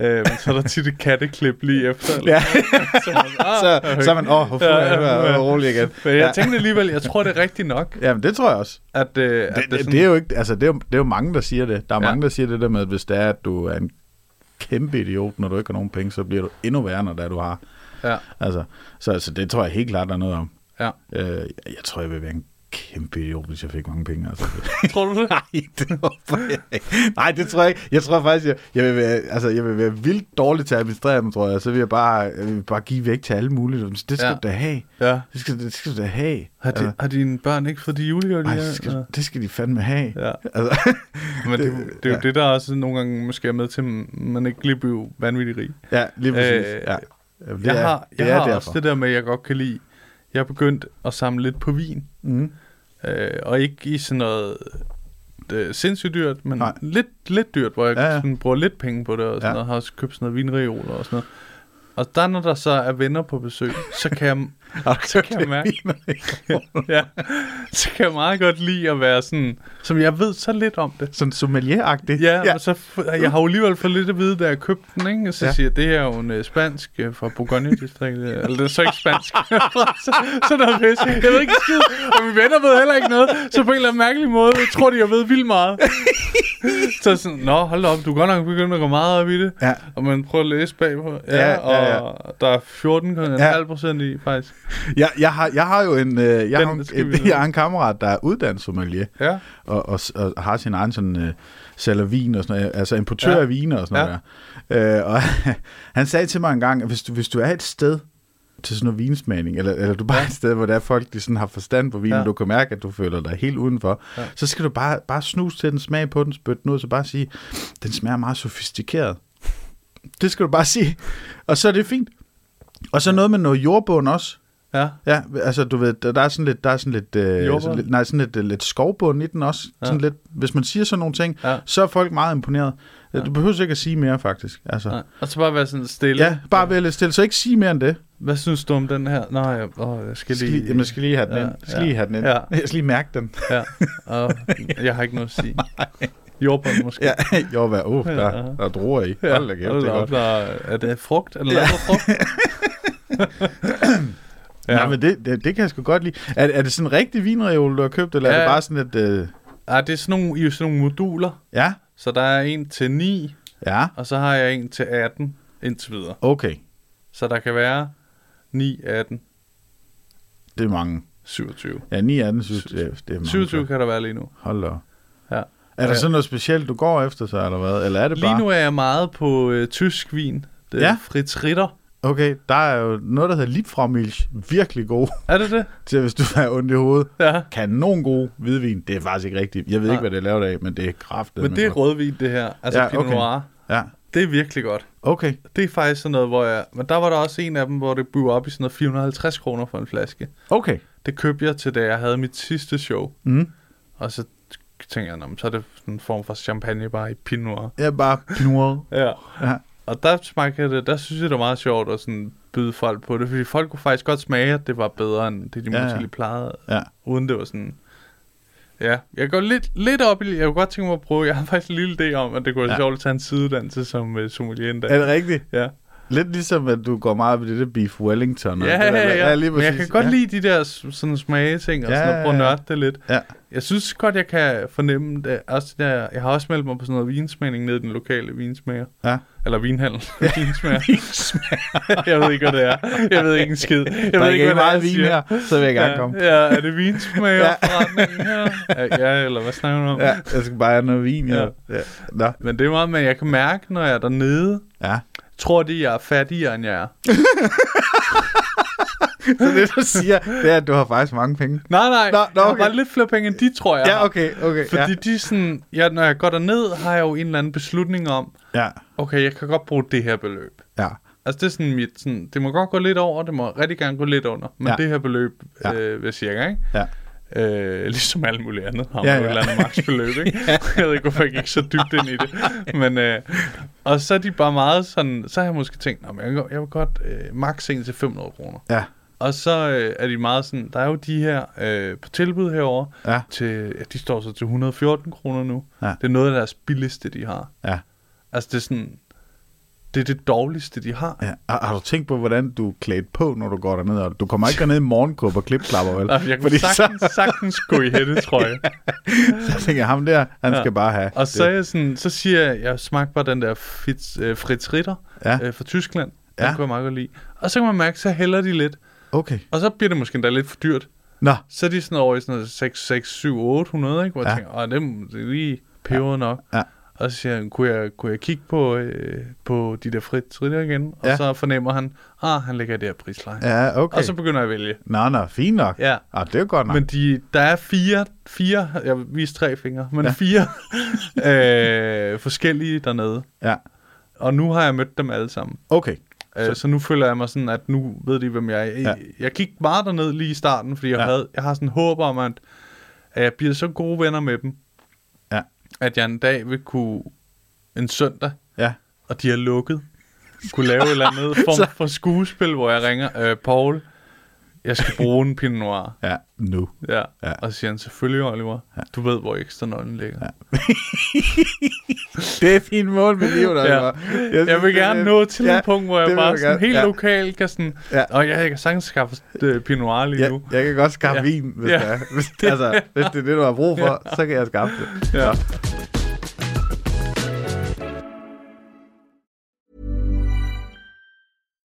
Ja. Øh, men så er der tit et katteklip lige efter. eller
Ja.
så, man, ah,
så, så er man, åh, oh,
Ja,
ja,
ja,
ja,
ja.
rolig igen.
Men jeg
Ja.
ja. tænkte alligevel, jeg tror, det er rigtigt nok,
Jamen, det tror jeg også.
at, øh, at
det, det, det, er jo ikke, altså, det, er jo, det er jo mange, der siger det. Der er ja.
Ja.
mange, der siger det der med, at hvis det er, at du er en kæmpe idiot, når du ikke har nogen penge, så bliver du endnu værre, når det er, du har.
Ja,
Altså, så altså, det tror jeg helt klart, der er noget om.
ja.
Øh, jeg tror, jeg vil være en kæmpe idiot, hvis jeg fik mange penge. Altså.
Tror du det?
Nej, det håber jeg ikke. Nej, det tror jeg ikke. Jeg tror faktisk, jeg, jeg, vil, være, altså, jeg vil være vildt dårlig til at administrere dem, tror jeg. Så vil jeg bare, jeg vil bare give væk til alle mulige. Det skal
Ja.
ja. du da have.
Ja.
Det skal, det skal du da have. Altså,
Har, de, har dine børn ikke fået de julegaver, de
Ej,
her?
det skal, det skal de fandme have.
Ja.
Altså,
Men det, det, det
ja.
er jo ja. det, der også nogle gange måske er med til, at man ikke lige bliver vanvittig rig.
ja, lige præcis.
Øh,
ja. Jamen,
jeg
er-
har, jeg har også
derfor.
det der med, at jeg godt kan lide. Jeg er begyndt at samle lidt på vin.
Mm.
Øh, og ikke i sådan noget øh, sindssygt dyrt, men
Nej.
lidt, lidt dyrt, hvor jeg
Ja,
ja,
ja.
ja. Sådan, bruger lidt penge på det, og sådan
Ja.
ja. noget, har også købt sådan noget vinreoler og sådan noget. Og der, når der så er venner på besøg, så kan jeg, så kan jeg mærke, ja, så kan jeg meget godt lide at være sådan, som jeg ved så lidt om det.
Sådan sommelier-agtigt.
Ja, ja. Og så, f- jeg har jo alligevel fået lidt at vide, da jeg købte den, ikke? Og så
Ja.
ja. siger jeg, det her er jo en uh, spansk uh, fra Bourgogne-distriktet. Eller det er så ikke spansk. så, så er der pisse. Jeg ved ikke en skid, og mine venner ved heller ikke noget. Så på en eller anden mærkelig måde, tror de, jeg ved vildt meget. så sådan, nå, hold da op, du er godt nok begyndt at gå meget op i det.
Ja.
Og man prøver at læse bagpå. Ja,
Ja, ja, ja.
og der er 14,5 procent i, faktisk.
Jeg, jeg, har, jeg har jo en, øh, jeg
Den
har en,
skal vi
en,
vide.
jeg har en kammerat, der er uddannet sommelier.
Ja.
Og, og, s- og har sin egen sådan, øh, sælger vin og sådan noget, altså importør
Ja.
af vine og sådan noget der. Øh, og han sagde til mig en gang, at hvis du, hvis du er et sted til sådan noget vinsmagning, eller, eller du bare er et sted, hvor der er folk, de sådan har forstand på vin, ja.
Ja.
og du kan mærke, at du føler dig helt udenfor, ja. så skal du bare, bare snuse til den, smage på den, spytte den ud, så bare sige, den smager meget sofistikeret. Det skal du bare sige. Og så er det fint. Og så noget med noget jordbund også.
Ja.
Ja, altså du ved, der der er sådan lidt, der er sådan lidt, øh,
Jordbund?
sådan lidt nej, sådan lidt, øh, lidt skovbund i den også. Ja. Sådan lidt, hvis man siger sådan nogle ting, ja.
Ja.
så er folk meget imponeret. Ja. Du behøver ikke at sige mere, faktisk. Altså,
Nej. Og så bare være sådan stille.
ja, bare være lidt stille, så ikke sige mere end det.
Hvad synes du om den her? Nej, jeg, åh, jeg skal
Jeg skal
lige...
lige, jamen, jeg skal lige have den
Ja,
ind. Jeg skal
ja,
lige have den ind.
ja.
Jeg skal lige mærke den.
Ja, og jeg har ikke noget at sige. Jordbund måske.
Ja, jo, hvad, uh,
Ja.
der, der er druer i.
Ja,
Hold da kæft,
hold
det er
da
godt.
op, der er, er det frugt? Er det ja. frugt?
Ja. Nej, men det, det, det kan jeg sgu godt lide. Er, er det sådan en rigtig vinreol, du har købt, eller ja. er
Ja.
det bare sådan et... Øh,
Ah, det er sådan nogle, I er jo sådan nogle moduler.
ja,
Så der er en til 9,
ja,
og så har jeg en til 18 indtil videre.
okay.
Så der kan være 9, 18,
Det er mange.
27.
Ja, 9 af den, synes jeg, det er mange.
27 kan der være lige nu.
Hold da op.
Ja.
Er der
Ja.
sådan noget specielt, du går efter så, eller hvad? Eller er det bare...
Lige nu er jeg meget på øh, tysk vin. Det er
Ja.
ja. Fritz Ritter.
Okay, der er jo noget, der hedder Liebfraumilch. Virkelig god
Er det det?
til, hvis du har ondt i hovedet.
Ja.
Kanon god hvidvin. Det er faktisk ikke rigtigt. Jeg ved ikke, hvad det er lavet af, men det er kraftigt.
Men det er rødvin, det her. Altså
Ja,
ja, Pinot
okay.
Noir.
Ja,
Det er virkelig godt.
okay.
Det er faktisk sådan noget, hvor jeg... Men der var der også en af dem, hvor det blev op i sådan noget 450 kroner for en flaske.
Okay.
Det købte jeg til, da jeg havde mit sidste show.
Mm.
Og så tænkte jeg, "Nå, men så er det sådan en form for champagne bare i Pinot Noir.
Jeg er bare knurret.
Ja.
Ja.
Og der smagte jeg det, der synes jeg, det var meget sjovt at sådan byde folk på det, fordi folk kunne faktisk godt smage, at det var bedre, end det de
Ja,
ja,
ja.
måske lige plejede,
Ja.
uden det var sådan... Ja, jeg går lidt, lidt op i, jeg kunne godt tænke mig at prøve, jeg har faktisk en lille idé om, at det kunne være
Ja.
ja. sjovt at tage en sideuddannelse som uh, sommelier en dag.
Er det rigtigt?
Ja.
Lidt ligesom, at du går meget op i det der beef wellington. og
Ja,
det der,
ja, ja.
ja lige
Men jeg
præcis.
kan godt
ja.
ja. lide de der s- sådan smage ting, og
Ja,
ja, sådan at prøve at
ja, ja.
nørde det lidt.
Ja.
Jeg synes godt, jeg kan fornemme det. Også det der, jeg har også meldt mig på sådan noget vinsmagning ned i den lokale vinsmager.
Ja.
Eller vinhandel. vinsmager. jeg ved ikke, hvad det er. Jeg ved ikke en skid. Jeg
Jeg
ved
ved
ikke,
ikke
hvad det er,
meget
jeg
vin
siger.
her, så vil jeg gerne komme.
Ja, ja, er det vinsmagerforretningen her? Ja, eller hvad snakker du om?
Ja, jeg skal bare have noget vin. Ja.
Ja.
Ja. Nå.
Men det er meget, men jeg kan mærke, når jeg er dernede,
Ja.
tror de, jeg er fattigere, end jeg er.
Så det, du siger, det er, at du har faktisk mange penge.
Nej, nej.
Nå, nå,
Jeg har
okay.
bare lidt flere penge end de, tror jeg.
Ja,
har.
okay, okay.
Fordi
ja.
de er sådan, ja, når jeg går derned, har jeg jo en eller anden beslutning om,
Ja,
okay, jeg kan godt bruge det her beløb.
ja.
Altså det er sådan mit, sådan, det må godt gå lidt over, det må rigtig gerne gå lidt under, men
Ja.
ja. det her beløb
Ja.
ja. øh, vil cirka, ikke?
Ja.
Øh, ligesom alt muligt andet har
Ja,
man ja,
ja.
ja. et eller andet maksbeløb, ikke? ja. Jeg ved ikke, hvorfor jeg gik så dybt ind i det. Men, øh, og så er de bare meget sådan, så har jeg måske tænkt, "Nå, men jeg, vil godt- jeg vil godt øh, maks en til 500 kroner.
Ja.
Og så øh, er de meget sådan, der er jo de her øh, på tilbud herover
Ja.
til, ja, de står så til 114 kroner nu.
Ja.
Det er noget af deres billigste, de har.
Ja.
Altså det er sådan, det er det dårligste, de har.
ja. Har, har, du tænkt på, hvordan du er klædt på, når du går derned? Og Du kommer ikke derned i morgenkåb og klipklapper, vel?
Nej, Altså, jeg kunne
Fordi
sagtens,
så,
sagtens gå i hættetrøje.
så tænker jeg, ham der, han ja. skal bare have
Og så, er
det.
jeg sådan, så siger jeg, jeg smagte bare den der Fitz, øh, Fritz Ritter
Ja.
ja. øh, fra Tyskland. Den
Ja.
kunne jeg meget godt lide. Og så kan man mærke, så hælder de lidt.
Okay.
Og så bliver det måske endda lidt for dyrt.
Nå,
Så er de sådan over i sådan noget 6, 6, 7, 800, ikke? Hvor
Ja.
jeg tænker, åh, dem, det er lige peber ja. nok.
Ja.
Og så siger han, kunne jeg, kunne jeg kigge på, øh, på de der Fritz Ritter igen? Og
Ja.
ja. så fornemmer han, ah, han ligger i det her prisleje.
ja, okay.
Og så begynder jeg at vælge.
Nå, nå, fint nok.
Ja.
Ah, det er godt nok.
Men de, der er fire, fire jeg viser tre fingre, men ja. fire øh, forskellige dernede.
Ja,
Og nu har jeg mødt dem alle sammen.
okay.
Så, Øh, så nu føler jeg mig sådan, at nu ved de, hvem jeg er.
Ja.
Ja. Jeg gik meget derned lige i starten, fordi jeg,
Ja.
ja. havde, jeg har sådan håb om, at, at jeg bliver så gode venner med dem,
Ja,
at jeg en dag vil kunne, en søndag,
ja.
og de er lukket, kunne lave et eller andet form for skuespil, hvor jeg ringer, øh, Paul, jeg skal bruge en Pinot Noir.
Ja, nu.
Ja.
Ja.
ja. Og så siger han, selvfølgelig, Oliver, ja. du ved, hvor ekstra nøglen ligger. Ja.
Det er fint mål med livet,
Ja. Jeg, jeg vil gerne nå til ja, et punkt, hvor jeg bare sådan helt
okay.
ja. lokalt kan sådan...
Ja.
Ja. Og ja, jeg kan sagtens skaffe øh, Pinot Noir lige
Ja,
nu.
jeg kan godt skaffe ja.
Ja.
vin, hvis,
Ja.
ja. det er. Hvis, altså, hvis det er det, du har brug for, ja. så kan jeg skaffe det.
Ja.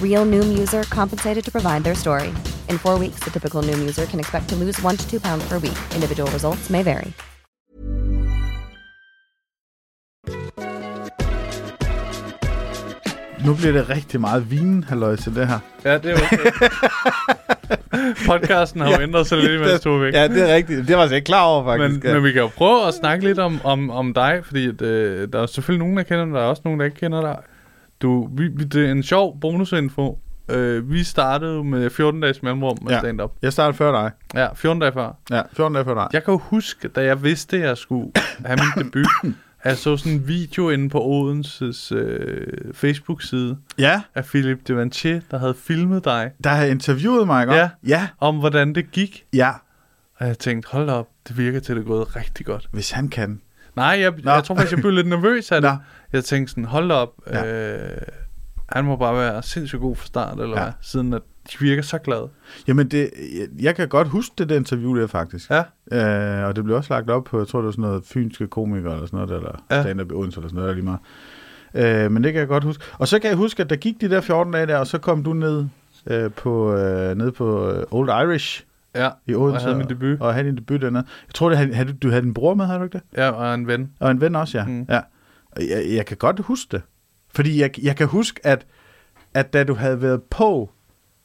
Real Noom user compensated to provide their story. In four weeks, the typical Noom user can expect to lose one to two pounds per week. Individual results may vary.
Nu bliver det rigtig meget vin, halløj, til det her.
Ja, det er okay. Podcasten har jo ændret sig lidt, imens du er væk.
Ja, det er rigtigt. Det var jeg slet ikke klar over, faktisk.
men,
ja.
men vi kan jo prøve at snakke lidt om, om, om dig, fordi at, øh, der er selvfølgelig nogen, der kender dig, der er også nogen, der ikke kender dig. Du, vi, vi- det er en sjov bonusinfo. Øh, vi startede med 14 dages mellemrum med ja. stand-up.
Jeg startede før dig.
Ja, 14 dage før.
Ja, 14 dage før dig.
Jeg kan jo huske, da jeg vidste, at jeg skulle have min debut, at jeg så sådan en video inde på Odenses øh, Facebook-side
Ja,
af Philip Devanché, der havde filmet dig
der har interviewet mig, ikke?
Ja.
ja.
om, hvordan det gik.
Ja,
Og jeg tænkte, hold da op, det virker til, at det er gået rigtig godt.
hvis han kan.
Nej, jeg,
Nå.
jeg tror faktisk, jeg blev lidt nervøs af det.
Nå.
Jeg tænkte sådan, hold da op,
Ja.
øh, han må bare være sindssygt god fra start, eller
Ja.
ja. hvad, siden at de virker så glade.
Jamen, det, jeg, jeg kan godt huske det der interview der, faktisk.
Ja.
Øh, og det blev også lagt op på, jeg tror, det var sådan noget fynske komiker eller sådan noget, eller ja.
Ja.
stand-up i Odense eller sådan noget, der er lige meget. Øh, men det kan jeg godt huske. Og så kan jeg huske, at der gik de der 14 dage der, og så kom du ned øh, på, øh, ned på øh, Old Irish
Ja,
i Odense.
og jeg havde min debut.
Og havde din debut dernede. Jeg tror, det havde, havde, du- du havde din bror med, havde du ikke det?
Ja, og en ven.
Og en ven også, ja. Mm. ja. Og Jeg, jeg kan godt huske det. Fordi jeg, jeg kan huske, at, at da du havde været på,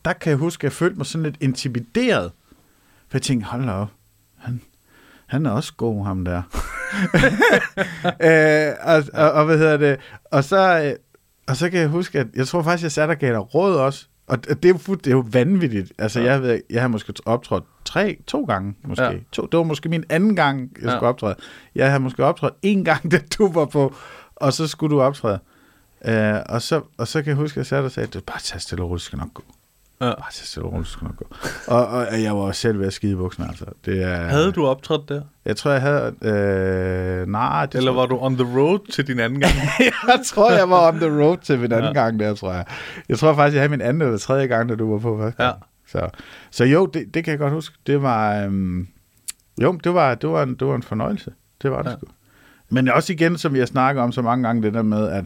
der kan jeg huske, at jeg følte mig sådan lidt intimideret. For jeg tænkte, hold da op, han, han er også god, ham der. øh, og, og, og, hvad hedder det? Og så, øh, og så kan jeg huske, at jeg tror faktisk, jeg satte og gav dig råd også. Og det det er jo, fuld, det er jo vanvittigt. Altså, ja. jeg, ved, ikke, jeg har måske optrådt tre, to gange måske.
Ja.
Ja. To, det var måske min anden gang, jeg
Ja.
ja. skulle optræde. Jeg havde måske optrådt en gang, da du var på, og så skulle du optræde. Øh, og, så, og så kan jeg huske, at jeg satte og sagde, "Du, bare tag stille og roligt, det skal nok gå.
Ja.
Bare tag stille og roligt, det skal nok gå. og, og, og, jeg var også selv ved at skide i bukserne, altså. Det er,
Havde du optrådt der?
Jeg tror, jeg havde... Øh, nej, det
Eller
tror-
var du on the road til din anden gang?
jeg tror, jeg var on the road til min anden ja. gang der, tror jeg. Jeg tror faktisk, jeg havde min anden eller tredje gang, da du var på første
Ja.
gang. Så, så jo, det, det kan jeg godt huske. Det var, øhm, jo, det var, det, var en, det var en fornøjelse. Det var det ja. sgu. Men også igen, som jeg snakker om så mange gange, det der med, at,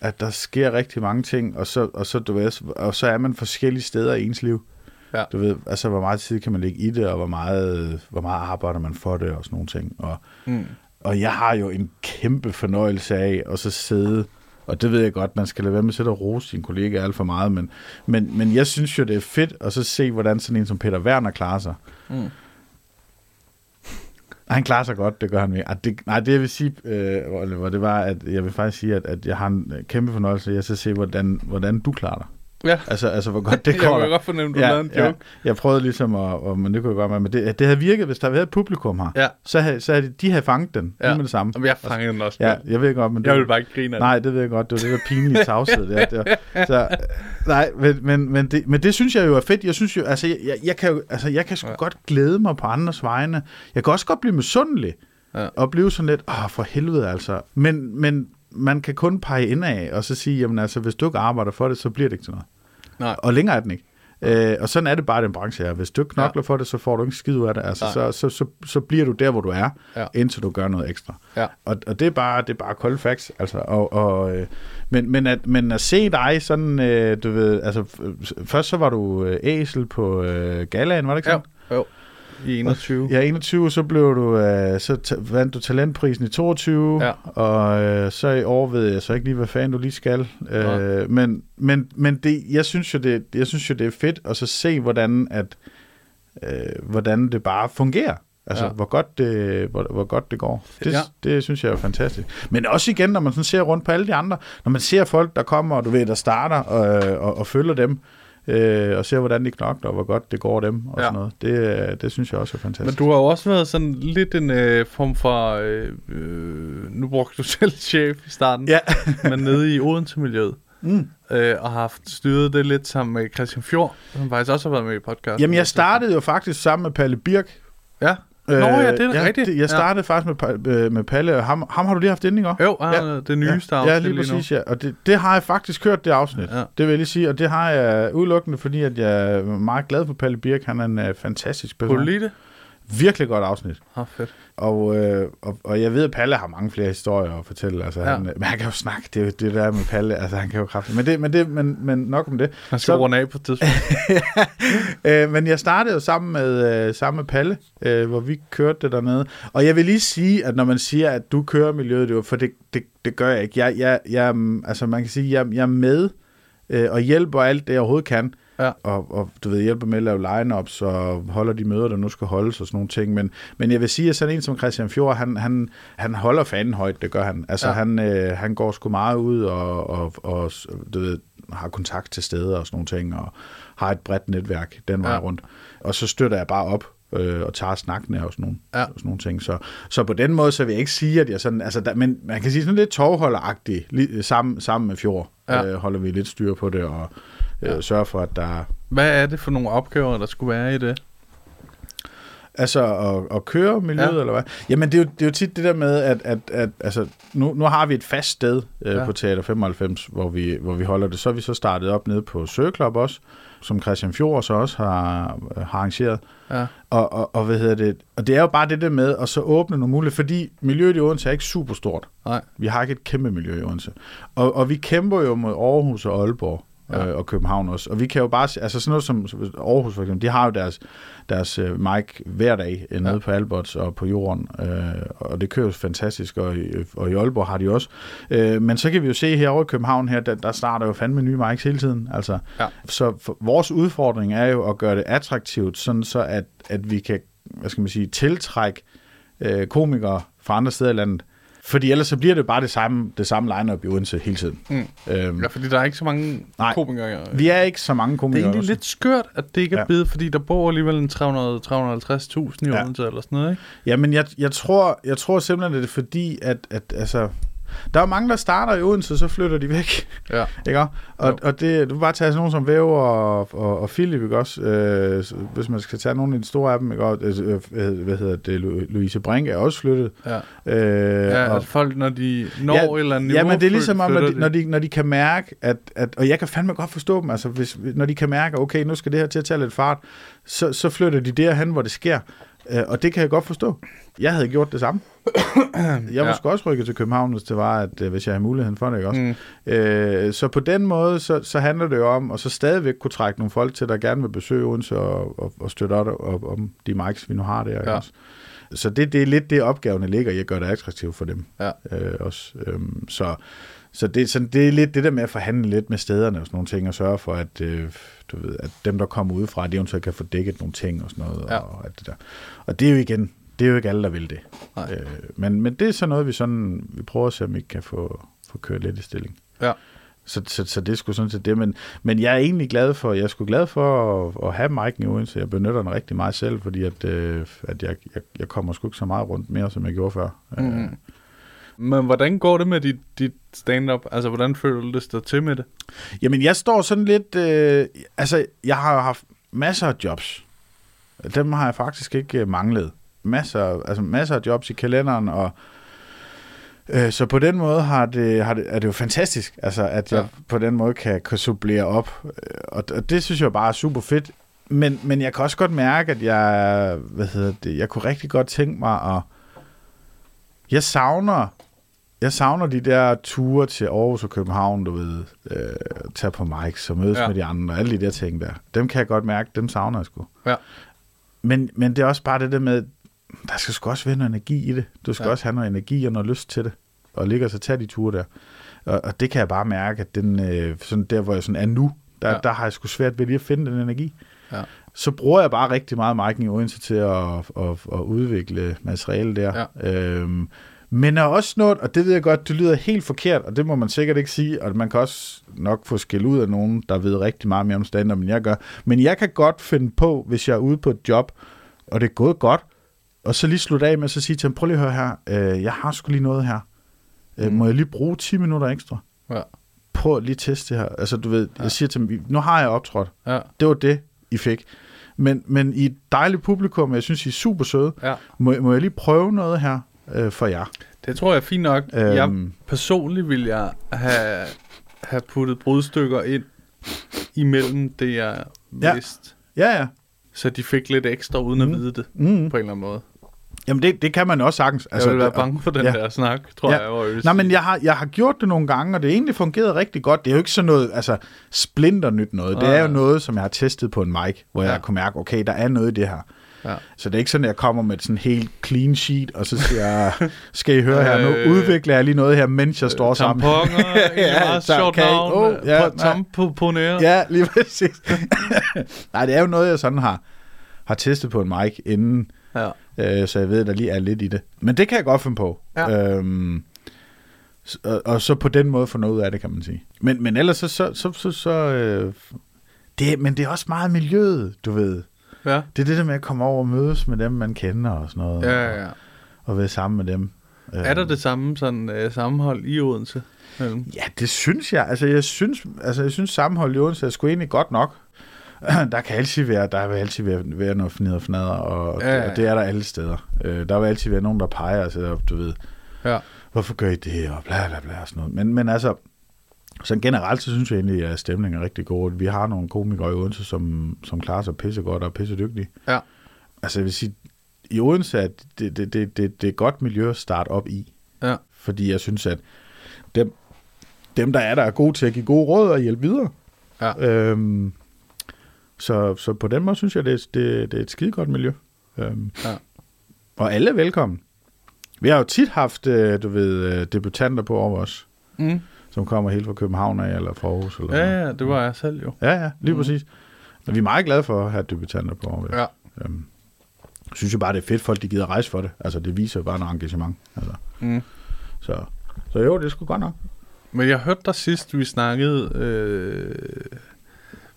at der sker rigtig mange ting, og så, og, så, du ved, og så er man forskellige steder i ens liv.
Ja.
Du ved, altså, hvor meget tid kan man lægge i det, og hvor meget, hvor meget arbejder man for det, og sådan nogle ting. Og, mm. og jeg har jo en kæmpe fornøjelse af at så sidde, og det ved jeg godt, man skal lade være med at sidde og rose sine kollegaer alt for meget, men, men, men jeg synes jo, det er fedt at så se, hvordan sådan en som Peter Werner klarer sig. Nej, Han klarer sig godt, det gør han virkelig. Ah, det, nej, det jeg vil sige, øh, Oliver, det var, at jeg vil faktisk sige, at, at jeg har en øh, kæmpe fornøjelse af at så se, hvordan, hvordan du klarer dig.
ja.
Altså, altså hvor godt det
Jeg
går.
kunne
dig.
godt fornemme, du lavede en joke.
Ja, jeg prøvede ligesom at, og, men det kunne jeg godt med, men det, det havde virket, hvis der havde været et publikum her.
Ja.
Så havde, så havde de, de havde fanget den, ja.
Ja.
lige med det samme.
Jamen, jeg fangede den også.
Ja, jeg ved godt, men...
Jeg ville bare ikke grine af det.
Nej, det ved jeg godt. Det var det der pinlige tavshed der. Det var, så, nej, men, men, men, det, men det synes jeg jo er fedt. Jeg synes jo, altså, jeg, jeg, jeg kan, jo- altså, jeg kan sgu ja. godt glæde mig på andres vegne. Jeg kan også godt blive misundelig. Ja. Og blive sådan lidt, åh, for helvede altså. Men, men man kan kun pege indad, og så sige, jamen altså, hvis du ikke arbejder for det, så bliver det ikke til noget.
Nej.
Og længere er den ikke. Øh, og sådan er det bare i den branche her. Hvis du ikke knokler ja. for det, så får du ikke en skid ud af det. Altså, så, så, så, så bliver du der, hvor du er,
Ja.
ja. indtil du gør noget ekstra.
Ja.
Og, og det er bare det er bare cold facts. Altså, og, og, øh, men, men, at, men at se dig sådan, øh, du ved, altså, f- først så var du øh, æsel på øh, galaen, var det ikke
Ja.
sådan?
Jo. I 21.
Ja, 21, så blev du, øh, så ta- vandt du talentprisen i 22,
Ja.
og øh, så i år ved jeg så ikke lige, hvad fanden du lige skal.
Nej.
Øh, men men, men det, jeg, synes jo, det, jeg synes jo, det er fedt at så se, hvordan, at, øh, hvordan det bare fungerer. Altså,
Ja.
ja. hvor, godt det, hvor, hvor godt det går. Det,
Ja.
ja. det synes jeg er fantastisk. Men også igen, når man sådan ser rundt på alle de andre, når man ser folk, der kommer, og du ved, der starter og, og, og følger dem, øh, og ser, hvordan de knokler, og hvor godt det går dem, og
Ja.
ja. sådan noget. Det, øh, det synes jeg også er fantastisk.
Men du har jo også været sådan lidt en øh, form for... Øh, øh, nu brugte du selv chef i starten.
Ja.
men nede i Odense-miljøet. Mm. Øh, og har haft styret det lidt sammen med Christian Fjord, som faktisk også har været med i podcasten.
Jamen, jeg startede jo faktisk sammen med Palle Birk.
Ja. Nå
Øh,
ja, det er da rigtigt.
det- Jeg startede ja. faktisk med, Pa- øh, med Palle, og ham, ham har du lige haft inden, ikke? også?
Jo, han er det nyeste
ja.
afsnit
Ja, lige
lige nu.
præcis, ja. Og det, det har jeg faktisk hørt, det afsnit.
Ja.
Ja. Det vil jeg lige sige, og det har jeg udelukkende, fordi at jeg er meget glad for Palle Birk. Han er en øh, fantastisk
Ja.
person.
Polite.
Virkelig godt afsnit.
Åh, oh, fedt.
Og, øh, og, og jeg ved, at Palle har mange flere historier at fortælle. Altså,
Ja.
ja. han, øh, men han kan jo snakke, det er jo det der er med Palle. Altså, han kan jo kraftigt. Men, det, men, det, men, men nok om det.
Han skal
Så-
runde af på et tidspunkt.
øh, men jeg startede jo sammen med, øh, sammen med Palle, øh, hvor vi kørte det dernede. Og jeg vil lige sige, at når man siger, at du kører miljøet, det var, for det, det, det gør jeg ikke. Jeg, jeg, jeg, mm, altså man kan sige, jeg, jeg er med øh, og hjælper alt det, jeg overhovedet kan.
Ja.
Og, og du ved, hjælper med at lave lineups og holder de møder, der nu skal holdes og sådan nogle ting. Men, men jeg vil sige, at sådan en som Christian Fjord, han, han, han holder fanden højt, det gør han. Altså
Ja.
ja. han, øh, han går sgu meget ud og, og, og du ved, har kontakt til steder og sådan nogle ting, og har et bredt netværk den vej
Ja.
ja. rundt. Og så støtter jeg bare op øh, og tager snakken af og sådan nogle,
Ja.
ja. sådan nogle ting. Så, så på den måde, så vil jeg ikke sige, at jeg sådan, altså der, men man kan sige sådan lidt tovholderagtigt, lige, sammen, sammen med Fjord,
Ja.
ja. øh, holder vi lidt styr på det, og øh, ja. sørger for, at der
Hvad er det for nogle opgaver, der skulle være i det?
Altså at, at køre miljøet,
Ja.
ja. eller hvad? Jamen, det er, jo, det er jo tit det der med, at, at, at altså, nu, nu har vi et fast sted øh,
Ja.
ja. på Teater 95, hvor vi, hvor vi holder det. Så er vi så startet op nede på Søgeklub også, som Christian Fjord så også har, øh, har arrangeret.
Ja.
Og, og, og, hvad hedder det? og det er jo bare det der med at så åbne nogle muligheder, fordi miljøet i Odense er ikke super stort.
Nej.
Vi har ikke et kæmpe miljø i Odense. Og, og vi kæmper jo mod Aarhus og Aalborg ja. øh, og København også. Og vi kan jo bare, se- altså sådan noget som som Aarhus for eksempel, de har jo deres, deres øh, mic hver dag øh, nede ja. på Alberts og på jorden. Øh, og det kører jo fantastisk, og i, og i Aalborg har de også. Øh, men så kan vi jo se herovre i København her, der, der starter jo fandme nye mics hele tiden. Altså,
Ja.
Så for, vores udfordring er jo at gøre det attraktivt, sådan så at, at vi kan, hvad skal man sige, tiltrække øh, komikere fra andre steder i landet Fordi ellers så bliver det bare det samme, det samme line-up i Odense hele tiden. Mm. Øhm,
Ja, fordi der er ikke så mange øh,
Nej.
komikere.
vi er ikke så mange
Det er
komikere.
egentlig
også.
lidt skørt, at det ikke er
Ja.
ja. blevet, fordi der bor alligevel en 300-350.000 i
Ja.
Odense eller sådan noget, ikke?
Ja, men jeg, jeg, tror, jeg tror simpelthen, at det er fordi, at, at altså, der er jo mange, der starter i Odense, og så flytter de væk.
Ja.
Ikke? også? Og,
Jo.
og det, du kan bare tage sådan nogen som Væver og, og, og Philip, ikke også? Øh, så hvis man skal tage nogle af de store af dem, ikke? også? Altså, øh, hvad hedder- hvad hedder det? Lu- Louise Brink er også flyttet.
Ja.
Øh,
Ja,
og-
at folk, når de når ja, et eller andet niveau,
ja, men det er ligesom om, at
flytter
de, når, de, når de kan mærke, at, at, og jeg kan fandme godt forstå dem, altså hvis, når de kan mærke, okay, nu skal det her til at tage lidt fart, så, så flytter de derhen, hvor det sker. Øh, og det kan jeg godt forstå. Jeg havde gjort det samme. jeg ja.
Ja.
måske også rykke til København, hvis det var, at, øh, hvis jeg havde muligheden for det, ikke også? Mm. Øh, så på den måde, så, så handler det jo om, og så stadigvæk kunne trække nogle folk til, der gerne vil besøge Odense og, og, og støtte op, op om de mics, vi nu har der, ikke
Ja.
også? Så det, det er lidt det, opgaverne ligger i at gøre det attraktivt for dem
Ja.
øh, også. Øhm, så så det, sådan, det er lidt det der med at forhandle lidt med stederne og sådan nogle ting, og sørge for, at, øh, du ved, at dem, der kommer udefra, de eventuelt kan få dækket nogle ting og sådan noget.
Ja.
Og, alt det der. og det er jo igen, det er jo ikke alle, der vil det.
Nej.
Øh, men, men det er sådan noget, vi, sådan, vi prøver at se, om vi kan få, få kørt lidt i stilling.
Ja.
Så, så, så det skulle sådan set det. Men, men jeg er egentlig glad for, jeg skulle glad for at, at have mic'en i Odense. Jeg benytter den rigtig meget selv, fordi at, øh, at jeg, jeg, jeg kommer sgu ikke så meget rundt mere, som jeg gjorde før. Mm. Øh,
Men hvordan går det med dit, dit stand-up? Altså, hvordan føler du det står til med det?
Jamen, jeg står sådan lidt... Øh, altså, jeg har jo haft masser af jobs. Dem har jeg faktisk ikke øh, manglet. Masser, altså masser af jobs i kalenderen, og øh, så på den måde har det, har det, er det jo fantastisk, altså, at jeg på den måde kan, kan supplere op. Øh, Og, og det synes jeg bare er super fedt. Men, men jeg kan også godt mærke, at jeg, hvad hedder det, jeg kunne rigtig godt tænke mig at... Jeg savner jeg savner de der ture til Aarhus og København, du ved, øh, tage på mics og mødes ja.
Ja.
med de andre, og alle de der ting der. Dem kan jeg godt mærke, dem savner jeg sgu.
Ja.
Men, men det er også bare det der med, der skal sgu også være noget energi i det. Du skal ja. også have noget energi og noget lyst til det, og ligge og så tage de ture der. Og, og det kan jeg bare mærke, at den, øh, sådan der, hvor jeg sådan er nu, der, ja.
Ja.
der har jeg sgu svært ved lige at finde den energi.
Ja.
Så bruger jeg bare rigtig meget marken i Odense til at, at, at udvikle materiale der. Ja. Øhm, men er også noget, og det ved jeg godt, det lyder helt forkert, og det må man sikkert ikke sige, og man kan også nok få skæld ud af nogen, der ved rigtig meget mere om stand end jeg gør. Men jeg kan godt finde på, hvis jeg er ude på et job, og det er gået godt, og så lige slutte af med at så sige til ham, prøv lige at høre her, øh, jeg har sgu lige noget her. Øh, må jeg lige bruge 10 minutter ekstra?
Mm. Ja.
prøv at lige teste det her. Altså, du ved, ja. jeg siger til dem, nu har jeg optrådt.
Ja.
Det var det, I fik. Men, men I er et dejligt publikum, og jeg synes, I er super søde.
Ja.
Må, må jeg lige prøve noget her øh, for jer?
Det tror jeg er fint nok. Øhm. Jeg
Øhm.
personligt vil jeg have, have puttet brudstykker ind imellem det, jeg
Ja.
ja. vidste.
Ja, ja.
Så de fik lidt ekstra uden mm. at vide det, mm. på en eller anden måde.
Jamen, det, det kan man også sagtens.
Jeg altså, ville være
det-
bange for den
ja.
ja. der snak, tror jeg. Var
Nej, men jeg har, jeg har gjort det nogle gange, og det har egentlig fungeret rigtig godt. Det er jo ikke sådan noget altså, splinternyt noget. Det er jo noget, som jeg har testet på en mic, hvor ja.
Ja.
jeg kunne mærke, okay, der er noget i det her.
Ja.
Så det er ikke sådan, at jeg kommer med et sådan helt clean sheet, og så siger jeg, skal I høre her, nu udvikler jeg lige noget her, mens jeg står sammen.
Øh, Tamponer, ja, meget
tak,
sjovt
kan I-
navn.
Åh,
Oh,
ja,
ja,
nej.
Tamponer.
Ja, lige præcis. Nej, det er jo noget, jeg sådan har, har testet på en mic inden,
Ja.
øh, så jeg ved, at der lige er lidt i det. Men det kan jeg godt finde på.
Ja.
Øhm, s- og, og så på den måde få noget ud af det, kan man sige. Men, men ellers så... så, så, så, så øh, det, men det er også meget miljøet, du ved.
Ja.
Det er det der med at komme over og mødes med dem, man kender og sådan noget.
Ja, ja, ja.
Og være sammen med dem. Øh,
Er
Øhm.
der det samme sådan, øh, sammenhold i Odense?
Øhm,
Mellem?
Ja, det synes jeg. Altså, jeg synes, altså, jeg synes sammenhold i Odense er sgu egentlig godt nok. Der kan altid være, der vil altid være, være noget fnider og fnader, og,
Ja, ja,
ja,
ja.
og det er der alle steder. Øh, der vil altid være nogen, der peger og sætter op, du ved,
Ja.
hvorfor gør I det, og bla bla bla og sådan noget. Men, men altså, så generelt, så synes jeg egentlig, at stemningen er rigtig god. Vi har nogle komikere i Odense, som, som klarer sig pissegodt og er pissedygtige.
Ja.
Altså, jeg vil sige, i Odense er det, det, det, det, det er et godt miljø at starte op i.
Ja.
Fordi jeg synes, at dem, dem der er der, er gode til at give gode råd og hjælpe videre.
Ja.
Øhm, så, så på den måde synes jeg, det, er- det, det er et skide godt miljø. Øhm,
Ja.
Og alle er velkommen. Vi har jo tit haft, øh, du ved, øh, debutanter på over os,
Mm.
som kommer helt fra København af, eller fra Aarhus. Eller
ja,
noget.
ja, det var jeg selv jo.
ja, ja, lige mm. præcis. Men vi er meget glade for at have debutanter på over os.
Ja.
Øhm, synes jeg bare, det er fedt, folk de gider rejse for det. Altså, det viser jo bare noget engagement. Altså. Mm. Så, så jo, det skulle godt nok.
Men jeg hørte dig sidst, vi snakkede, øh,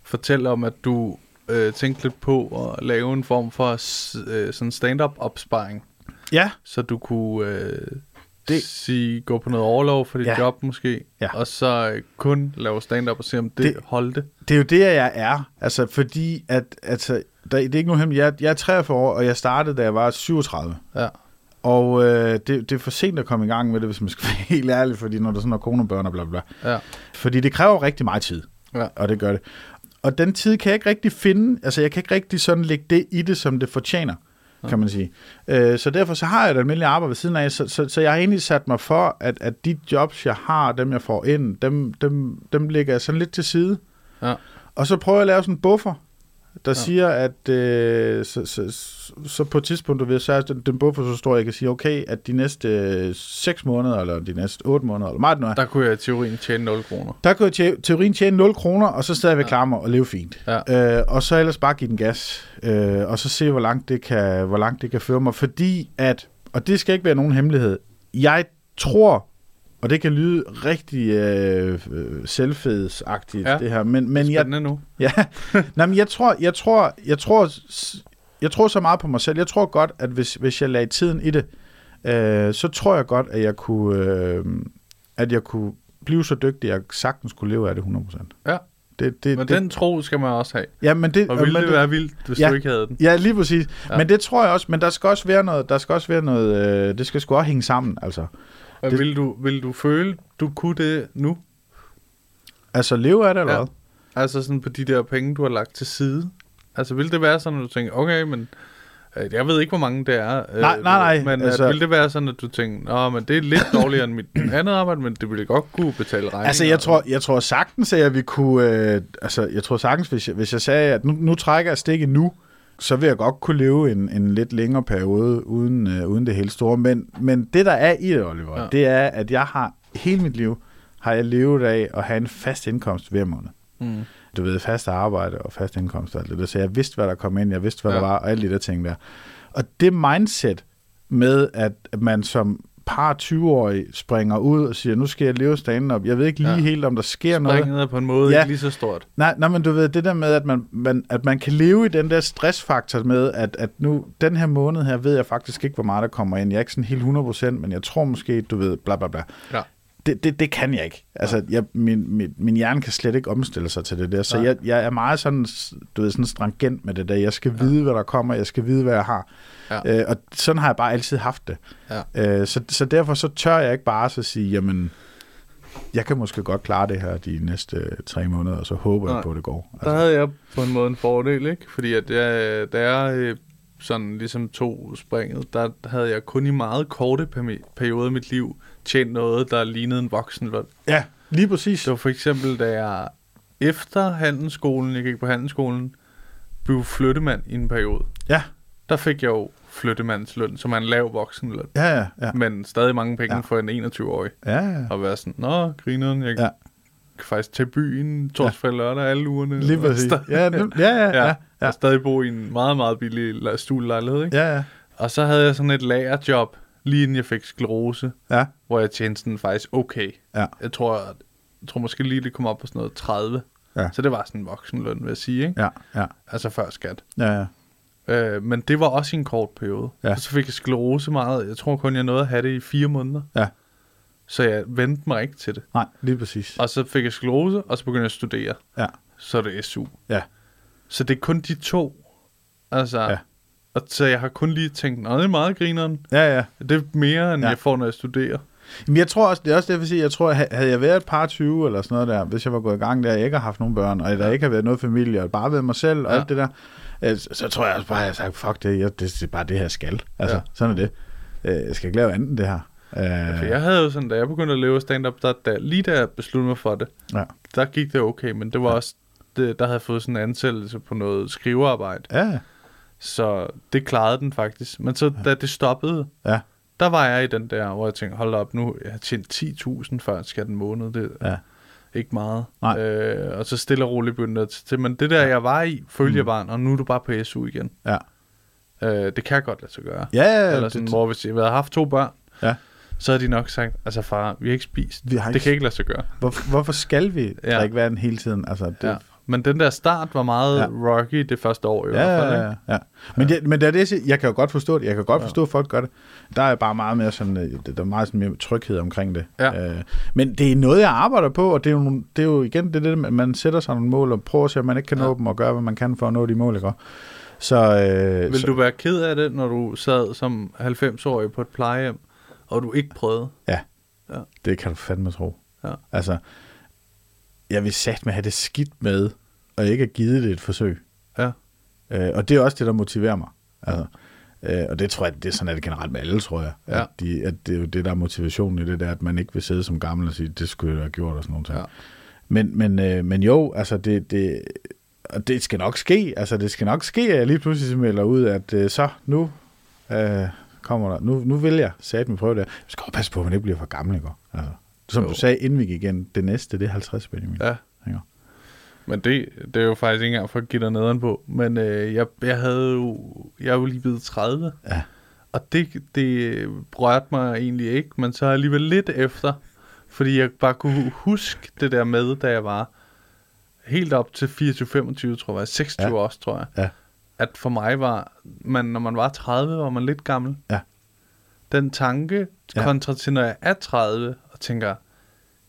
fortælle om, at du øh, tænkte lidt på at lave en form for s- øh, sådan stand-up-opsparing,
Ja,
så du kunne øh,
Det-
det. Sige, gå på noget overlov for dit
Ja.
ja. job måske,
Ja.
og så øh, kun lave stand-up og se, om det,
Det-
det. holdte.
det er jo det, jeg er. Altså, fordi at, altså, der, det er ikke nogen hemmelig. Jeg, jeg er 43 år, og jeg startede, da jeg var 37.
Ja.
Og øh, det, det er for sent at komme i gang med det, hvis man skal være helt ærlig, fordi når der sådan er kronebørn og bla bla. bla.
Ja.
Fordi det kræver rigtig meget tid,
Ja.
og det gør det. Og den tid kan jeg ikke rigtig finde, altså jeg kan ikke rigtig sådan lægge det i det, som det fortjener, ja. kan man sige. Øh, så derfor så har jeg et almindeligt arbejde ved siden af, så, så, så jeg har egentlig sat mig for, at, at de jobs, jeg har, dem jeg får ind, dem, dem, dem lægger jeg sådan lidt til side.
Ja.
Og så prøver jeg at lave sådan en buffer, der ja. siger, at øh, så, så, så, så på et tidspunkt, du ved, så er den, den buffer så stor, at jeg kan sige, okay, at de næste øh, 6 måneder, eller de næste 8 måneder, eller meget nu er,
Der kunne jeg i teorien tjene 0 kroner.
der kunne jeg tje- teorien tjene 0 kroner, og så stadigvæk klare mig og leve fint.
Ja.
Øh, og så ellers bare give den gas, øh, og så se, hvor langt, det kan, hvor langt det kan føre mig. Fordi at, og det skal ikke være nogen hemmelighed, jeg tror, og det kan lyde rigtig øh, øh, selvfedsagtigt,
Ja.
det her, men, men jeg,
Spændende nu.
Ja, Nej, men jeg tror, jeg tror, jeg tror, s- jeg tror så meget på mig selv. Jeg tror godt, at hvis, hvis jeg lagde tiden i det, øh, så tror jeg godt, at jeg kunne, øh, at jeg kunne blive så dygtig, at jeg sagtens kunne leve af det 100%.
Ja.
Det, det,
Men
det,
den tro skal man også have.
ja, men det,
Og ville
men
det være vildt, hvis
Ja.
ja. du ikke havde den?
Ja, lige præcis. Ja. Men det tror jeg også, men der skal også være noget, der skal også være noget, øh, det skal sgu også hænge sammen, altså.
Og
Det-
Vil, du, vil du føle, du kunne det nu?
Altså leve af det, eller ja. hvad?
Altså sådan på de der penge, du har lagt til side. Altså vil det være sådan, at du tænker, okay, men øh, jeg ved ikke, hvor mange det er. øh,
Nej, nej, nej,
Men
altså-
altså... vil det være sådan, at du tænker, Nå, men det er lidt dårligere end mit andet arbejde, men det ville godt kunne betale regninger.
Altså, jeg tror, jeg tror sagtens, at jeg vil kunne... Øh, altså, jeg tror sagtens, hvis jeg, hvis jeg sagde, at nu, nu trækker jeg stikket nu, så vil jeg godt kunne leve en, en lidt længere periode uden, øh, uden det hele store. Men, men det, der er i det, Oliver, ja.
Ja.
det er, at jeg har hele mit liv har jeg levet af at have en fast indkomst hver måned. Mm. Du ved, fast arbejde og fast indkomst og alt det der. Så jeg vidste, hvad der kom ind, jeg vidste, hvad ja.
Ja.
der var, og alle de der ting der. Og det mindset med, at man som par 20-årig springer ud og siger, nu skal jeg leve stand-up. Jeg ved ikke lige ja.
Ja.
helt, om der sker noget.
Springet er på en måde
Ja.
ja. ikke lige så stort.
Nej, nej, men du ved, det der med, at man, man, at man kan leve i den der stressfaktor med, at, at nu, den her måned her, ved jeg faktisk ikke, hvor meget der kommer ind. Jeg er ikke sådan helt 100%, men jeg tror måske, du ved, bla bla bla.
Ja.
Det, det, det kan jeg ikke. Altså, jeg, min, min, min hjerne kan slet ikke omstille sig til det der. Så jeg, jeg er meget sådan, du ved, sådan strangent med det der. Jeg skal ja. vide, hvad der kommer. Jeg skal vide, hvad jeg har.
Ja.
Øh, og sådan har jeg bare altid haft det.
Ja.
Øh, så, så derfor så tør jeg ikke bare så sige, jamen, jeg kan måske godt klare det her de næste øh, tre måneder, og så håber jeg
Nej.
på, at det går. Altså,
Der havde jeg på en måde en fordel, ikke? Fordi at jeg, da jeg øh, sådan ligesom to springet, der havde jeg kun i meget korte permi- perioder i mit liv tjent noget, der lignede en voksenløn.
Ja, lige præcis.
Det var for eksempel, da jeg efter handelsskolen, jeg gik på handelsskolen, blev flyttemand i en periode.
Ja,
Der fik jeg jo flyttemandsløn, som er en lav voksenløn.
ja, ja. ja.
Men stadig mange penge
Ja.
ja. for en 21-årig.
ja, ja.
Og være sådan, nå, grineren, jeg
Ja.
ja. kan faktisk tage byen torsdag og lørdag alle ugerne.
Lige
Og
præcis.
sta-
Ja, nem- ja, ja, ja, ja.
Og stadig bo i en meget, meget billig la- stuelejlighed, ikke?
Ja, ja.
Og så havde jeg sådan et lagerjob, lige inden jeg fik sklerose,
Ja.
hvor jeg tjente sådan faktisk okay.
Ja.
Jeg tror, jeg, jeg tror måske lige, det kom op på sådan noget 30.
Ja.
Så det var sådan en voksenløn, vil jeg sige, ikke?
Ja, ja,
Altså før skat.
ja, ja.
Øh, men det var også i en kort periode.
Ja.
Og så fik jeg sklerose meget. Jeg tror kun, jeg nåede at have det i fire måneder.
ja.
Så jeg vendte mig ikke til det.
Nej, lige præcis.
Og så fik jeg sklerose, og så begyndte jeg at studere.
Ja,
Så er det SU.
ja,
Så det er kun de to. Altså,
Ja.
og så jeg har kun lige tænkt, nej, det er meget grineren.
ja, ja.
Det er mere, end
Ja.
ja. jeg får, når jeg studerer.
Men jeg tror også, det er også det, jeg vil sige, jeg tror, ha- havde jeg været et par 20 eller sådan noget der, hvis jeg var gået i gang der, jeg ikke har haft nogen børn, og der ikke har været noget familie, og bare været mig selv og ja.
Ja.
alt det der, øh, så- så tror jeg også bare, at jeg har sagt, fuck det, jeg, det er bare det her jeg skal. Altså, ja.
Ja.
sådan er det. Øh, Jeg skal ikke lave andet end det her. Øh,
For jeg havde jo sådan, da jeg begyndte at leve stand-up, der, der, lige da jeg besluttede mig for det,
Ja.
der gik det okay, men det var ja. også, det, der havde jeg fået sådan en ansættelse på noget skrivearbejde.
Ja,
Så det klarede den faktisk. Men så da det stoppede,
ja,
der var jeg i den der, hvor jeg tænkte, hold da op nu, jeg har tjent 10.000 før skat en måned, det er
Ja.
ja. ikke meget.
Nej.
Øh, og så stille og roligt begyndte det til. Men det der, jeg var i, følte
Mm.
jeg bare, og nu er du bare på SU igen.
ja.
Øh, det kan jeg godt lade sig gøre.
Ja, ja, ja,
Eller
det-
sådan, det, hvor hvis jeg havde haft to børn,
Ja.
så havde de nok sagt, altså far, vi har ikke spist.
Vi har ikke
det kan ikke lade sig gøre.
Hvor, hvorfor skal vi
Ja.
ja. drikke vand hele tiden? Altså, det,
Ja. Men den der start var meget ja.
Ja.
rocky det første år i
Ja,
hvert fald.
ja,
ikke?
ja, ja. Men, det, men det er det, jeg, siger. jeg kan jo godt forstå det. Jeg kan godt forstå, at folk gør det. Der er bare meget mere, sådan, øh, der er meget sådan mere tryghed omkring det.
Ja.
Øh, men det er noget, jeg arbejder på, og det er jo, nogle- det er jo igen det, er det, med, at man sætter sig nogle mål og prøver at se, om man ikke kan nå dem, og gøre, hvad man kan for at nå de mål, ikke? også? Så, øh,
Vil
så
du være ked af det, når du sad som 90-årig på et plejehjem, og du ikke prøvede?
ja,
Ja.
ja, det kan du fandme tro.
Ja.
Altså, jeg vil sat med have det skidt med, og ikke have givet det et forsøg.
Ja.
Øh, og det er også det, der motiverer mig. Altså, øh, og det tror jeg, det er sådan, at det generelt med alle, tror jeg.
Ja.
At, de, at det er jo det, der er motivationen i det der, at man ikke vil sidde som gammel og sige, det skulle jeg da have gjort og sådan noget.
Ja.
Ja. Men, men, øh, men jo, altså det, det, og det skal nok ske. Altså det skal nok ske, at jeg lige pludselig melder ud, at øh, så nu øh, kommer der, nu, nu vil jeg sætte min prøve der. Vi skal godt passe på, at man ikke bliver for gammel, ikke? Altså, som
Jo.
jo. du sagde, inden vi gik igen, det næste, det er 50, Benjamin.
Ja.
Ikke?
Men det, det er jo faktisk ikke engang for at give dig nederen på. Men øh, jeg, jeg havde jo... Jeg er jo lige blevet 30.
Ja.
Og det, det rørte mig egentlig ikke, men så alligevel lidt efter. Fordi jeg bare kunne huske det der med, da jeg var helt op til 24-25, tror jeg. 26 ja.
Ja.
også, tror jeg.
Ja.
At for mig var... Man, når man var 30, var man lidt gammel.
Ja.
Den tanke ja.
Ja.
kontra til, når jeg er 30 og tænker, jeg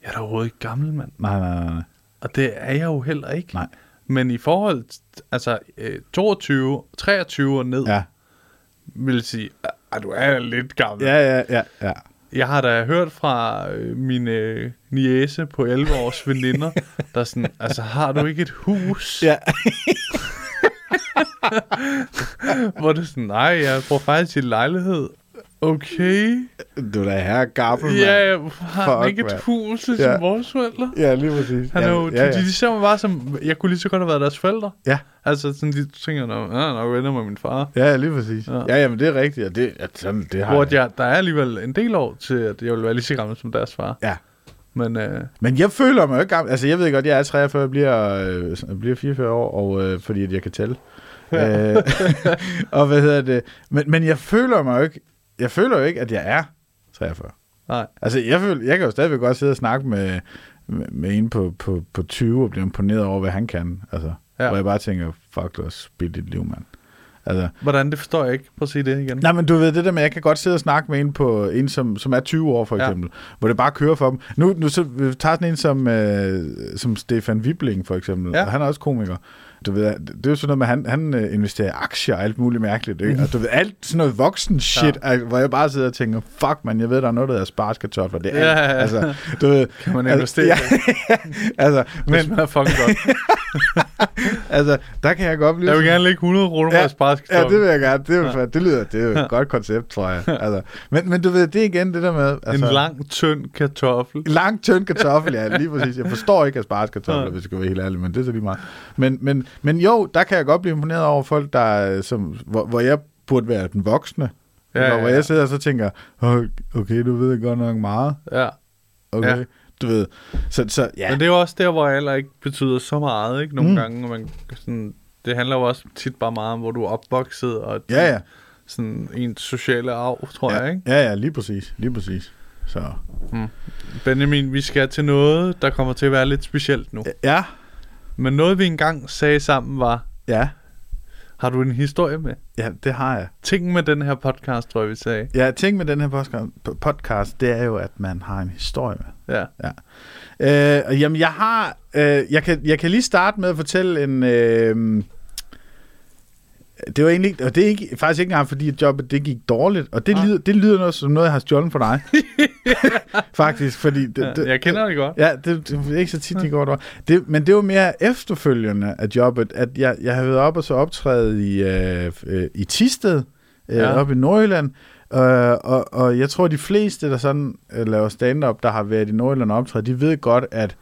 er da overhovedet ikke gammel, mand.
Nej, nej, nej, nej.
Og det er jeg jo heller ikke.
Nej.
Men i forhold til altså, øh, 22, 23 og ned, ja.
Ja.
vil jeg sige, at du er lidt gammel.
Ja, ja, ja, ja.
Jeg har da hørt fra øh, min øh, niece på 11 års veninder, der er sådan, altså har du ikke et hus?
Ja.
Hvor det er sådan, nej, jeg bor faktisk i en lejlighed. Okay.
Du er da herre gammel, mand.
Ja, jeg har han
Fuck,
ikke et
mand.
hus ligesom
Ja.
vores forældre?
Ja, lige præcis.
Han er jo,
ja, ja,
De, de ser mig bare som, jeg kunne lige så godt have været deres forældre.
ja.
Altså, sådan, de tænker, "Nå, jeg er nok venner med min far.
ja, ja, lige præcis.
Ja.
Ja, ja men det er rigtigt, og det, ja, sådan, det har
Hvor at jeg, der er alligevel en del år til, at jeg vil være lige så gammel som deres far.
Ja.
Men øh,
Men jeg føler mig jo ikke gammel. Altså, jeg ved godt, jeg er 43, jeg bliver, øh, jeg bliver 44 år, og, øh, fordi at jeg kan tælle. øh, og hvad hedder det? Men, men jeg føler mig jo ikke, jeg føler jo ikke, at jeg er 43.
nej,
Altså, jeg, føler, jeg kan jo stadigvæk godt sidde og snakke med, med, med en på, på, på 20 og blive imponeret over, hvad han kan. Altså,
Ja.
ja. Hvor jeg bare tænker, fuck, du har spildt dit liv, mand. Altså,
hvordan det forstår jeg ikke. Prøv at sige det igen.
Nej, men du ved det der med, at jeg kan godt sidde og snakke med en, på, en som, som er 20 år, for
Ja.
eksempel, ja. hvor det bare kører for dem. Nu, nu så, vi tager sådan en som, øh, som Stefan Wibling, for eksempel,
Ja.
ja. og han er også komiker. Du ved, det er jo sådan noget med, at han, han øh, investerer i aktier og alt muligt mærkeligt. Ikke? Og du ved, alt sådan noget voksen shit, ja. hvor jeg bare sidder og tænker, fuck man, jeg ved, der er noget, der hedder sparskartofler. Det er
Ja,
alt.
ja, ja.
Altså, du ved,
Kan man
altså,
investere i
ja, altså,
Men, det
men,
smager fucking godt.
altså, der kan jeg godt blive
Jeg vil
sådan-
gerne lægge 100 kroner på ja,
Ja, det vil
sparsketoppen.
jeg gerne. Det, vil, ja. det lyder, det er jo et godt koncept, tror jeg. Altså, men, men du ved, det er igen det der med... Altså,
En lang, tynd kartoffel.
Lang, tynd kartoffel, ja, lige præcis. Jeg forstår ikke aspargeskartofler,
Nej.
hvis jeg skal være helt ærlig, men det er så lige meget. Men, men, men jo, der kan jeg godt blive imponeret over folk, der, øh, som, hvor, hvor jeg burde være den voksne.
Ja,
Ja, ja,
ja,
Hvor
ja.
jeg sidder og så tænker, "Åh, okay, du ved godt nok meget.
Ja.
Okay,
Ja.
ja. du ved. Så, så ja.
Men det er jo også der, hvor alder ikke betyder så meget, ikke? Nogle mm.
Mm.
gange, og man sådan, det handler jo også tit bare meget om, hvor du er opvokset, og
Ja, ja.
sådan en sociale arv, tror
ja,
jeg, ikke?
ja, ja, lige præcis. Lige præcis. Så.
Benjamin, vi skal til noget, der kommer til at være lidt specielt nu.
Ja,
Men noget, vi engang sagde sammen var,
ja,
har du en historie med?
ja, det har jeg.
Ting med den her podcast, tror jeg, vi sagde.
Ja, ting med den her podcast- podcast, det er jo, at man har en historie med.
Ja.
Ja. Øh, og jamen, jeg har... Øh, jeg, kan, jeg kan lige starte med at fortælle en... Øh, det var egentlig... ikke- Og det er ikke, faktisk ikke engang, fordi at jobbet det gik dårligt. Og
Ah.
det, lyder, det lyder noget som noget, jeg har stjålet for dig. faktisk, fordi... Det,
Ja, jeg kender det godt.
Ja, det, det er ikke så tit, de går over. Det, men det var mere efterfølgende af jobbet, at jeg, jeg havde været op og så optræde i, øh, øh, i Tisted, øh,
Ja.
ja. op i Nordjylland, øh, og, og jeg tror, de fleste, der sådan øh, laver stand-up, der har været i Nordjylland og optræde, de ved godt, at,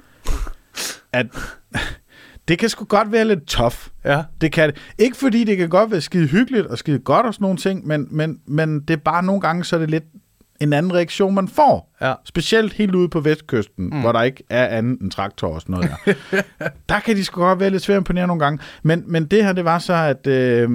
at det kan sgu godt være lidt tough.
Ja.
Det kan det. Ikke fordi det kan godt være skide hyggeligt og skide godt og sådan nogle ting, men, men, men det er bare nogle gange, så er det lidt en anden reaktion, man får.
Ja.
Specielt helt ude på vestkysten, mm. hvor der ikke er andet end traktor og sådan noget der. der kan de sgu godt være lidt svært at imponere nogle gange. Men, men det her, det var så, at øh,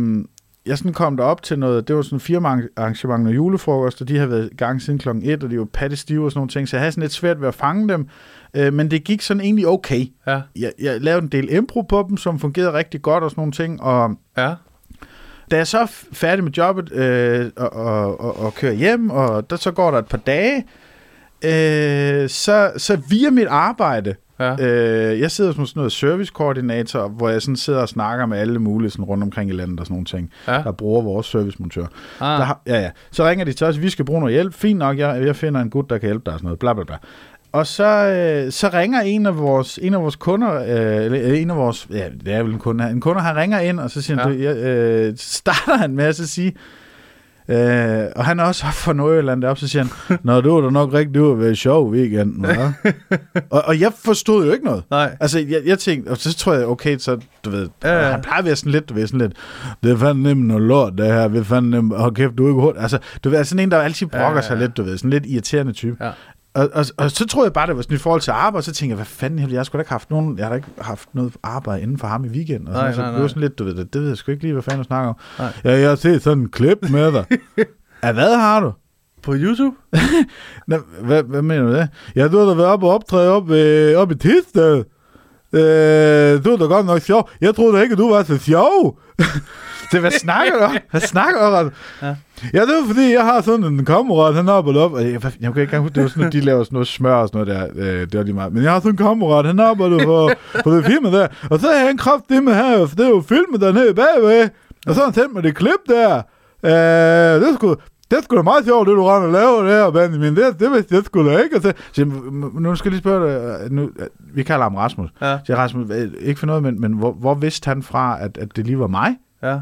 jeg sådan kom derop til noget, det var sådan fire arrangement med julefrokost, og de havde været i gang siden klokken 1, og de var pattestive og sådan nogle ting, så jeg havde sådan lidt svært ved at fange dem, øh, men det gik sådan egentlig okay.
Ja.
Jeg, jeg lavede en del impro på dem, som fungerede rigtig godt og sådan nogle ting, og
Ja.
da jeg så er f- færdig med jobbet øh, og, og, og, og kører hjem, og der, så går der et par dage, øh, så, så via mit arbejde,
Ja.
øh, jeg sidder som sådan noget servicekoordinator, hvor jeg sådan sidder og snakker med alle mulige sådan rundt omkring i landet og sådan nogle ting,
Ja.
der bruger vores servicemontør.
Ah.
Der, har- ja, ja. Så ringer de til os, vi skal bruge noget hjælp, fint nok, jeg, jeg finder en gut, der kan hjælpe dig og sådan noget, bla bla bla. Og så, øh, så ringer en af vores, en af vores kunder, øh, eller øh, en af vores, ja, det er vel en kunde, her. en kunde, han ringer ind, og så siger han, ja. du, jeg, øh, starter han med at så sige, øh, og han er også fra Nordjylland deroppe, så siger han, Nå, du er da nok rigtig ude at være sjov i weekenden, hva'?" og, og jeg forstod jo ikke noget.
Nej.
Altså, jeg, jeg tænkte, og så tror jeg, okay, så, du ved,
Ja, ja.
han plejer at være sådan lidt, du ved, sådan lidt, det er fandme nemt noget lort, det her, vi er fandme nemt, og kæft, du er ikke hurtig. Altså, du ved, er sådan en, der altid brokker ja, ja, ja. sig lidt, du ved, sådan lidt irriterende type.
Ja.
Og, og, og, så troede jeg bare, det var sådan i forhold til arbejde, og så tænkte jeg, hvad fanden, jeg, jeg skulle da ikke haft nogen, jeg har da ikke haft noget arbejde inden for ham i weekenden. Og
Nej,
sådan, så
nej,
Altså, det var
nej.
sådan lidt, du ved, det, det ved jeg sgu ikke lige, hvad fanden du snakker om. Nej. Ja, jeg har set sådan en klip med dig. ja, hvad har du?
På YouTube?
Nå, hvad, hvad mener du med det? Ja, du har da været oppe og optræde op, øh, op i Tisted. Øh, du er da godt nok sjov. Jeg troede da ikke, at du var så sjov. det, hvad snakker du om? Hvad snakker du om? Ja. ja, det var fordi, jeg har sådan en kammerat, han er oppe og op. Jeg, jeg, jeg kan ikke engang huske, det var sådan, at de laver sådan noget smør og sådan noget der. Øh, det var lige meget. Men jeg har sådan en kammerat, han arbejder på, på det firma der. Og så har han kraft det med her, for det er jo filmet dernede bagved. Og så har han sendt mig det klip der. Øh, det skulle det skulle da meget sjovt, det du render og laver der, Benjamin. Det, det vidste jeg skulle da ikke. Og så, så, nu skal jeg lige spørge dig. øh, Nu, vi kalder ham Rasmus.
Ja.
Så jeg, Rasmus, øh, ikke for noget, men, men hvor, hvor vidste han fra, at, at det lige var mig?
Ja.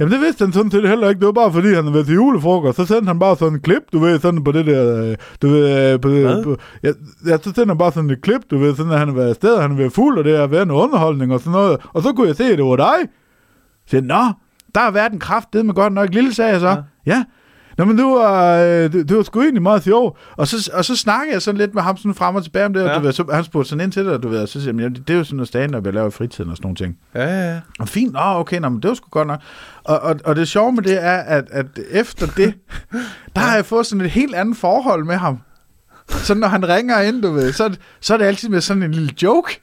Jamen det vidste han sådan set heller ikke. Det var bare fordi, han havde været til julefrokost. Så sendte han bare sådan et klip, du ved, sådan på det der... øh, Du ved, øh, på det,
Hvad?
på, ja, ja, så sendte han bare sådan et klip, du ved, sådan at han havde været afsted, og han havde været fuld, og det har været noget underholdning og sådan noget. Og så kunne jeg se, at det var dig. Så jeg, nå, der har været en kraft, det med godt nok lille, sagde jeg så. Ja. ja. Nå, men du var, øh, du, du var sgu egentlig meget sjov. Og så, og så snakkede jeg sådan lidt med ham sådan frem og tilbage om det, ja. og
Ja.
du ved, så, han spurgte sådan ind til det, og du ved, og så siger jeg, "Jamen, det er jo sådan noget stand-up, jeg laver i fritiden og sådan nogle ting.
Ja, ja, ja.
Og fint, nå okay, nå, men det var sgu godt nok. Og, og, og det sjove med det er, at, at efter det, der har jeg fået sådan et helt andet forhold med ham. Så når han ringer ind, du ved, så, er det- så er det altid med sådan en lille joke.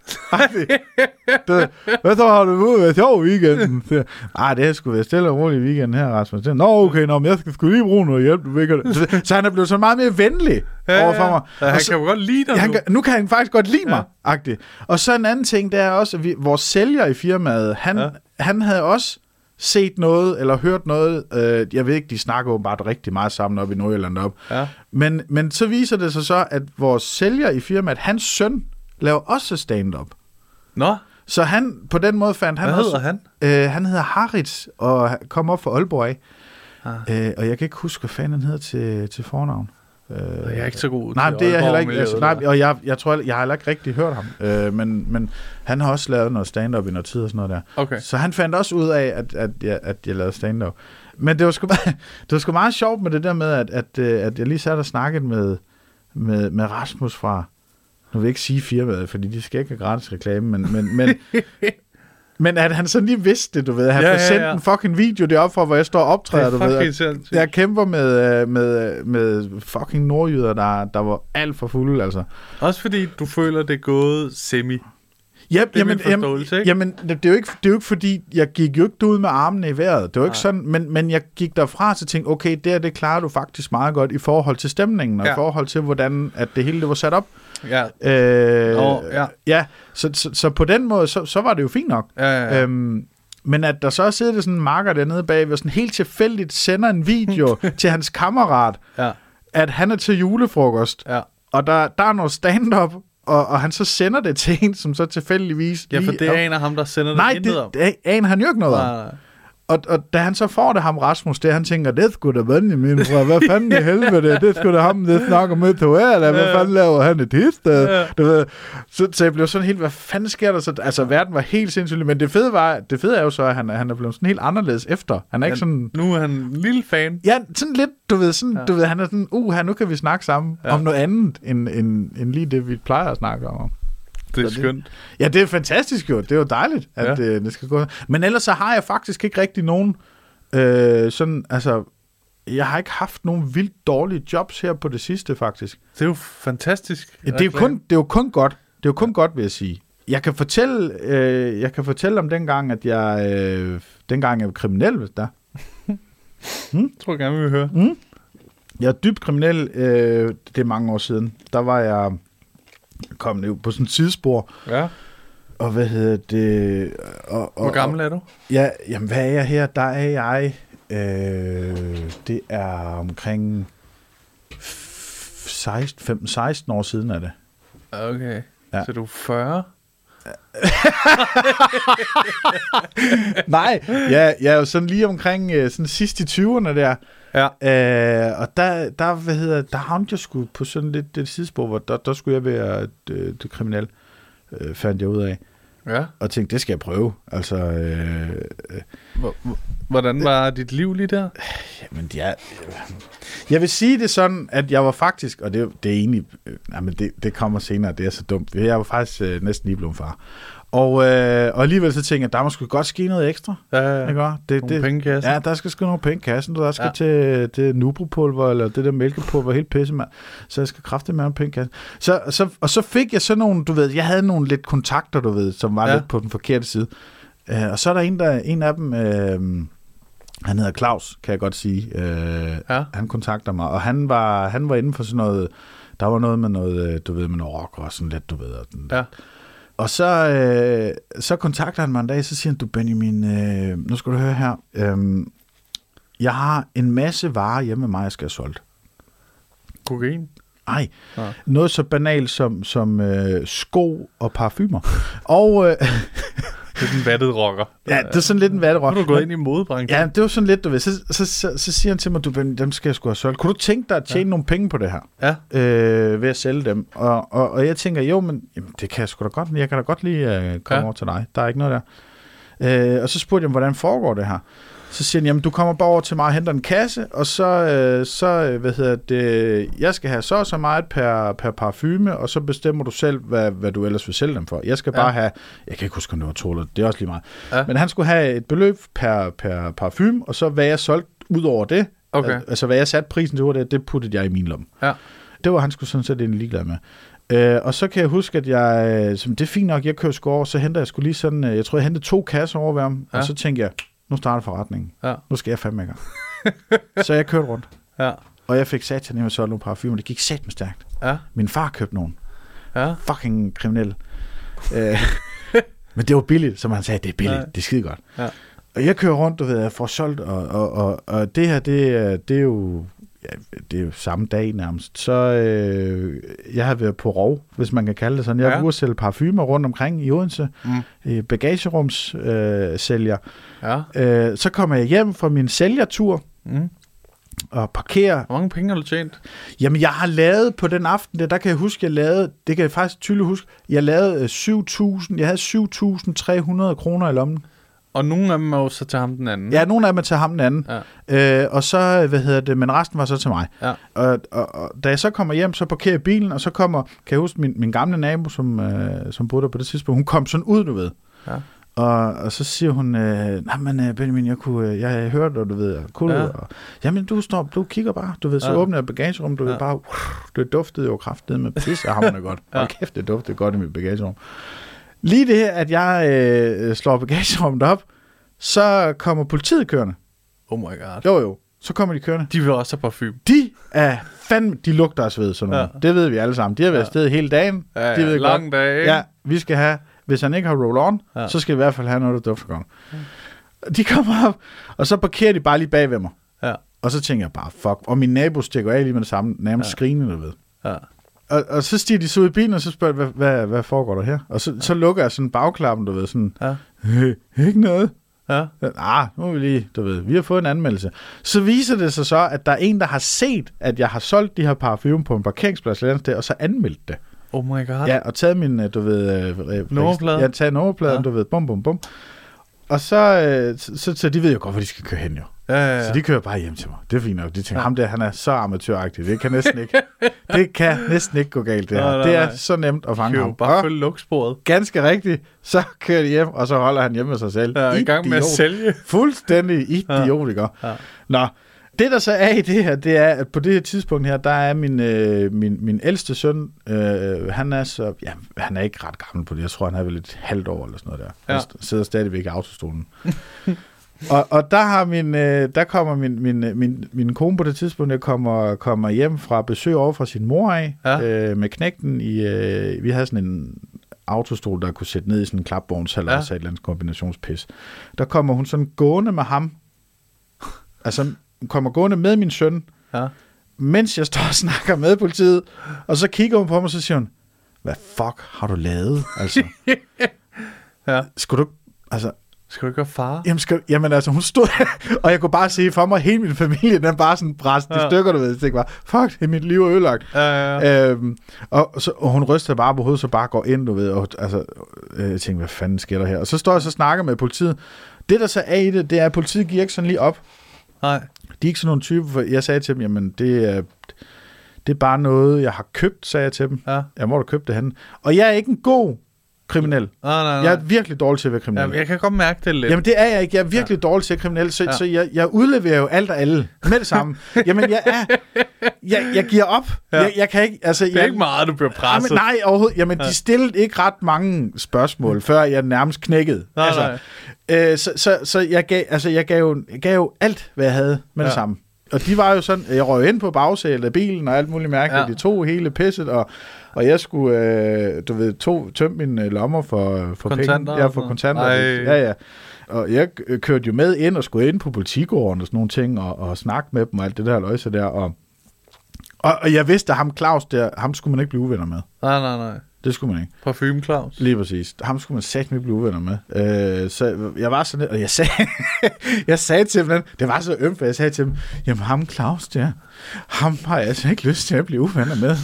du, ved, hvad så har du ud været sjov i weekenden? Så, Ej, det har sgu været stille og roligt i weekenden her, Rasmus. Så, Nå, okay, nå, men jeg skal sgu lige bruge noget hjælp. Du ved, ikke?" så, så han er blevet så meget mere venlig
ja,
overfor mig.
Ja,
Og
han
så-
kan jo godt lide dig
Ja, han
nu.
kan, nu kan han faktisk godt lide mig, ja. agtigt. Og så en anden ting, det er også, at vi, vores sælger i firmaet, han, ja. han havde også set noget, eller hørt noget, øh, jeg ved ikke, de snakker åbenbart rigtig meget sammen op i Nordjylland op.
Ja.
Men, men så viser det sig så, at vores sælger i firmaet, hans søn, laver også stand-up.
Nå,
Så han, på den måde fandt han
Hvad
også,
hedder han?
Øh, han hedder Harit, og kom op fra Aalborg af. Ah. Øh, og jeg kan ikke huske, hvad fanden han hedder til, til fornavn.
jeg er ikke så god
Øh, Nej,
til
det er jeg heller ikke.
Aalborg-miljøet
Altså, nej,
der.
og jeg, jeg tror, heller- jeg har heller ikke rigtig hørt ham. Øh, men, men han har også lavet noget stand-up i noget tid og sådan noget der.
Okay.
Så han fandt også ud af, at, at, jeg, at jeg lavede stand-up. Men det var, sgu, bare- det var sgu meget sjovt med det der med, at, at, øh, at jeg lige sad og snakkede med, med, med Rasmus fra... Nu vil jeg ikke sige firmaet, fordi de skal ikke have gratis reklame, men, men, men, men at han sådan lige vidste det, du ved. Han ja,
Ja,
ja,
ja,
sendt
ja.
en fucking video deroppe fra, hvor jeg står og optræder,
Det er
du ved.
fucking
og
sindssygt.
Jeg kæmper med, øh, med, øh, med fucking nordjyder, der, der var alt for fulde, altså.
Også fordi du føler, det er gået semi.
Ja,
min forståelse, ikke?
jamen, det er, jo ikke, det er jo ikke fordi, jeg gik jo ikke ud med armene i vejret. Det var ikke sådan, men, men jeg gik derfra og tænkte, okay, det her, det klarer du faktisk meget godt i forhold til stemningen, og ja.
Ja.
i forhold til, hvordan at det hele det var sat op.
Ja.
Øh,
Nå, ja.
ja så, så, så på den måde, så, så var det jo fint nok.
Ja, ja, ja.
Øhm, men at der så sidder sådan en marker dernede bag, og sådan helt tilfældigt sender en video til hans kammerat,
Ja.
at han er til julefrokost,
Ja.
og der, der er noget stand-up, og, og han så sender det til en, som så tilfældigvis...
Ja, for
lige
det
er-
aner ham, der sender
Nej,
det
det,
om.
det aner han jo ikke noget
Nej,
om.
nej.
Og, og da han så får det ham, Rasmus, det han tænker, det skulle da Benjamin fra, hvad fanden i helvede, det skulle da ham, det snakker med til eller hvad fanden laver han i Tisted? Du ved, så, så jeg blev sådan helt, hvad fanden sker der så? Altså, verden var helt sindssygt, men det fede, var, det fede er jo så, at han, er- han er blevet sådan helt anderledes efter. Han er ikke Øh, sådan...
Nu er han en lille fan.
Ja, sådan lidt, du ved, sådan, ja. du ved han er sådan, uh, her, nu kan vi snakke sammen ja. om noget andet, end, end, end lige det, vi plejer at snakke om.
Det er skønt.
Ja, det er fantastisk jo. Det er jo dejligt, at ja.
Ja.
øh, det skal gå. Men ellers så har jeg faktisk ikke rigtig nogen Øh, sådan, altså, jeg har ikke haft nogen vildt dårlige jobs her på det sidste, faktisk.
Det er jo fantastisk.
Ja, det, er jo
reklame.
kun, det er jo kun godt. Det er jo kun godt, vil jeg sige. Jeg kan fortælle, øh, jeg kan fortælle om dengang, at jeg, øh, dengang jeg var kriminel, hvis der.
Jeg tror jeg gerne, vi vil høre. Mm.
Jeg er dybt kriminel, øh, det er mange år siden. Der var jeg kommet ud på sådan et sidespor,
Ja.
og hvad hedder det... Og, og,
Hvor gammel er du?
Ja, jamen hvad er jeg her? Der er jeg... Øh, det er omkring 15-16 år siden af det.
Ah, Okay.
Ja.
Ja. Så du er 40?
Nej, ja, jeg er jo sådan lige omkring øh, sådan sidst i 20'erne der.
Ja.
Øh, og der, der, hvad hedder, der havnede jeg sgu på sådan lidt det sidespor, hvor der, der skulle jeg være øh, det kriminel, øh, fandt jeg ud af.
Ja.
Og tænkte, det skal jeg prøve. Altså, øh, øh,
Hvordan var dit liv lige der?
jamen, jeg, jeg vil sige det sådan, at jeg var faktisk, og det, det er egentlig, øh, nej, men det, det kommer senere, det er så dumt. Jeg var faktisk øh, næsten lige blevet far. Og, øh, og alligevel så tænkte jeg, der må sgu godt ske noget ekstra.
Ja, ja, ja.
Ikke også? det,
Nogle penge i kassen.
Ja, der skal sgu nogle penge i kassen. Du, der skal ja. til det nubropulver, eller det der mælkepulver, helt pisse, mand. Så jeg skal kræfte med nogle penge i kassen. Så, så, og så fik jeg sådan nogle, du ved, jeg havde nogle lidt kontakter, du ved, som var ja.
Ja.
lidt på den forkerte side. Øh, og så er der en, der, en af dem, øh, han hedder Claus, kan jeg godt sige. Øh, ja.
Ja.
Han kontakter mig, og han var, han var inde for sådan noget, der var noget med noget, øh, du ved, med noget rock og sådan lidt, du ved. Og den,
Ja.
og så, øh, så kontakter han mig en dag, så siger han, du Benjamin, øh, nu skal du høre her, øh, jeg har en masse varer hjemme med mig, jeg skal have solgt.
Kokain?
Ej, ja. noget så banalt som, som øh, sko og parfumer. og øh,
Det er den vattede rocker.
ja, det er sådan lidt en
Nu er
vatterøg.
du gået ind i modebranchen.
Ja, det var sådan lidt, du ved. Så, så, så, så siger han til mig, du Benjamin, dem skal jeg sgu have solgt. Kunne du tænke dig at tjene ja. nogle penge på det her?
Ja.
øh, ved at sælge dem. Og, og, og jeg tænker, jo, men jamen, det kan jeg sgu da godt. Jeg kan da godt lige øh, komme ja.
Ja.
over til dig. Der er ikke noget der. Øh, og så spurgte jeg, ham, hvordan foregår det her? Så siger han, jamen du kommer bare over til mig og henter en kasse, og så, øh, så øh, hvad hedder det, jeg skal have så og så meget per, per parfume, og så bestemmer du selv, hvad, hvad du ellers vil sælge dem for. Jeg skal bare have, jeg kan ikke huske, om det var to eller, det er også lige meget. Ja.
Ja.
Men han skulle have et beløb per, per parfume, og så hvad jeg solgte ud over det,
Okay.
al- altså hvad jeg satte prisen til over det, det puttede jeg i min lomme.
Ja.
Det var han skulle sådan set egentlig ligeglad med. Øh, og så kan jeg huske, at jeg, øh, som det er fint nok, jeg kører sgu over, så henter jeg skulle lige sådan, øh, jeg tror, jeg hentede to kasser over ved ham, ja. og så tænkte jeg, nu starter forretningen.
Ja.
Nu skal jeg fandme i gang. så jeg kørte rundt,
Ja.
og jeg fik sat til nemlig solgt nogle parfumer, det gik satme stærkt.
Ja.
Min far købte nogen.
Ja.
Fucking kriminel. øh, men det var billigt, som han sagde, det er billigt, ja. det er skide godt.
Ja.
Og jeg kører rundt, du ved, jeg får solgt, og, og, og, og det her, det, er- det er jo ja, det er jo samme dag nærmest. Så øh, jeg har været på rov, hvis man kan kalde det sådan. Jeg har ja.
Ja.
ude at sælge parfumer rundt omkring i Odense, mm. øh, bagagerumssælger. Øh, sælger.
Ja.
øh, så kommer jeg hjem fra min sælgertur, mm. og parkerer
Hvor mange penge har du tjent?
Jamen, jeg har lavet på den aften, der, der kan jeg huske, jeg lavede, det kan jeg faktisk tydeligt huske, jeg lavede øh, 7.000, jeg havde 7.300 kroner i lommen.
Og nogle af dem er jo så til ham den anden.
Ja, nogle af dem er til ham den anden. Ja. Øh, og så, hvad hedder det, men resten var så til mig.
Ja.
Og, og, og, da jeg så kommer hjem, så parkerer jeg bilen, og så kommer, kan jeg huske, min, min gamle nabo, som, øh, som boede der på det tidspunkt, hun kom sådan ud, du ved. Ja. Og, og så siger hun, øh, nej, men øh, Benjamin, jeg kunne, øh, jeg, jeg hørte dig, du ved, og kunne ja.
Ja.
og, jamen, du står, du kigger bare, du ved, så ja. åbner jeg bagagerummet, du ja. ved bare, uff, det duftede jo kraftedet med pissehamrende godt. ja. Og kæft, det duftede godt i mit bagagerum. Lige det her, at jeg øh, slår bagagerummet op, så kommer politiet kørende.
Oh my god.
Jo jo, så kommer de kørende.
De vil også have parfume.
De er fandme, de lugter af sved, sådan noget. Ja.
Ja.
Det ved vi alle sammen. De har været afsted hele dagen.
Ja, ja,
de ved
lang dag, ikke?
Ja, vi skal have, hvis han ikke har roll-on, ja. så skal vi i hvert fald have noget, der dufter godt. De kommer op, og så parkerer de bare lige bag ved mig.
Ja.
Og så tænker jeg bare, fuck. Og min nabo stikker af lige med det samme, nærmest ja. skrigende, du ved.
Ja.
Og, og så stiger de så ud i bilen, og så spørger jeg, hvad, hvad, hvad foregår der her? Og så, så lukker jeg sådan bagklappen, du ved, sådan,
Ja.
ja. ikke noget.
Ja.
Ah, nu er vi lige, du ved, vi har fået en anmeldelse. Så viser det sig så, at der er en, der har set, at jeg har solgt de her parfume på en parkeringsplads eller andet sted, og så anmeldt det.
Oh my god.
Ja, og taget min, øh, du ved... Øh, øh,
Nummerpladen.
Ja, taget nummerpladen, ja. du ved, bum, bum, bum. Og så, øh, så, så, så de ved jo godt, hvor de skal køre hen jo.
Ja, ja, ja.
Så de kører bare hjem til mig. Det er fint nok. De tænker, ham der, han er så amatøragtig. Det kan næsten ikke, det kan næsten ikke gå galt, det her.
Nej, nej,
det er
nej.
så nemt at fange
jo
ham.
bare
Og
følge lugtsporet.
ganske rigtigt, så kører de hjem, og så holder han hjemme med sig selv.
Ja, i gang med at
Idiot.
sælge.
Fuldstændig idiotiker. Ja. Ja. Nå, det der så er i det her, det er, at på det her tidspunkt her, der er min, øh, min, min ældste søn, øh, han er så, ja, han er ikke ret gammel på det, jeg tror, han er vel et halvt år eller sådan noget der. Han
Ja.
st- sidder stadigvæk i autostolen. og, og der har min, øh, der kommer min, min, øh, min, min kone på det tidspunkt, jeg kommer, kommer hjem fra besøg over fra sin mor af,
Ja.
øh, med knægten i, øh, vi havde sådan en autostol, der kunne sætte ned i sådan en klapvognshal, ja.
Ja.
og så et eller andet kombinationspis. Der kommer hun sådan gående med ham, altså hun kommer gående med min søn,
Ja.
mens jeg står og snakker med politiet, og så kigger hun på mig, og så siger hun, hvad fuck har du lavet? Altså,
Ja.
skulle du ikke- altså,
Skal du ikke være far?
Jamen, skal, jamen altså, hun stod, og jeg kunne bare se for mig, at hele min familie, den bare sådan bræst ja. i
Ja.
stykker, du ved. Jeg tænkte bare, fuck, det er mit liv er ødelagt.
Ja, ja,
Øhm, og, så, og hun ryster bare på hovedet, så bare går ind, du ved. Og, altså, øh, jeg tænkte, hvad fanden sker der her? Og så står jeg så og snakker med politiet. Det, der så er i det, det er, at politiet giver ikke sådan lige op.
Nej.
De er ikke sådan nogle typer, for jeg sagde til dem, jamen det er, det er bare noget, jeg har købt, sagde jeg til dem.
Ja.
Jeg må da købe det henne. Og jeg er ikke en god kriminel.
Nej, nej, nej.
Jeg er virkelig dårlig til at være kriminel.
Jamen, jeg kan godt mærke det
Øh,
lidt.
Jamen det er jeg ikke. Jeg er virkelig ja. dårlig til at kriminelle, så, ja. så jeg, jeg udleverer jo alt og alle med det samme. Jamen jeg er... Jeg, jeg giver op. Ja. Jeg, jeg kan ikke... Altså,
det er
jeg,
ikke meget, du bliver
Jamen,
presset.
nej, overhovedet. Jamen, ja. de stillede ikke ret mange spørgsmål, før jeg nærmest knækkede.
Nej,
Øh, så, så, så jeg gav, altså, jeg gav, jo, jeg gav jo alt, hvad jeg havde med ja. det
Ja.
samme. Og de var jo sådan, jeg røg ind på bagsædet af bilen og alt muligt mærkeligt. Ja.
Ja.
De tog hele pisset, og, og jeg skulle, øh, du ved, to, tømme mine øh, lommer for, for
Kontanter
penge. Ja,
og
for
sådan
kontanter.
noget. Ej.
Ja, ja. Og jeg øh, kørte jo med ind og skulle ind på politigården og sådan nogle ting, og, og snakke med dem og alt det der løjse der. Og, og, og jeg vidste, at ham Claus der, ham skulle man ikke blive uvenner med.
Nej, nej, nej.
Det skulle man ikke.
Parfume Claus.
Lige præcis. Ham skulle man satme ikke blive uvenner med. Øh, så jeg var sådan lidt, og jeg sagde, jeg sagde til dem, det var så ømt, for jeg sagde til dem, jamen ham Claus der, ham har jeg altså ikke lyst til at blive uvenner med.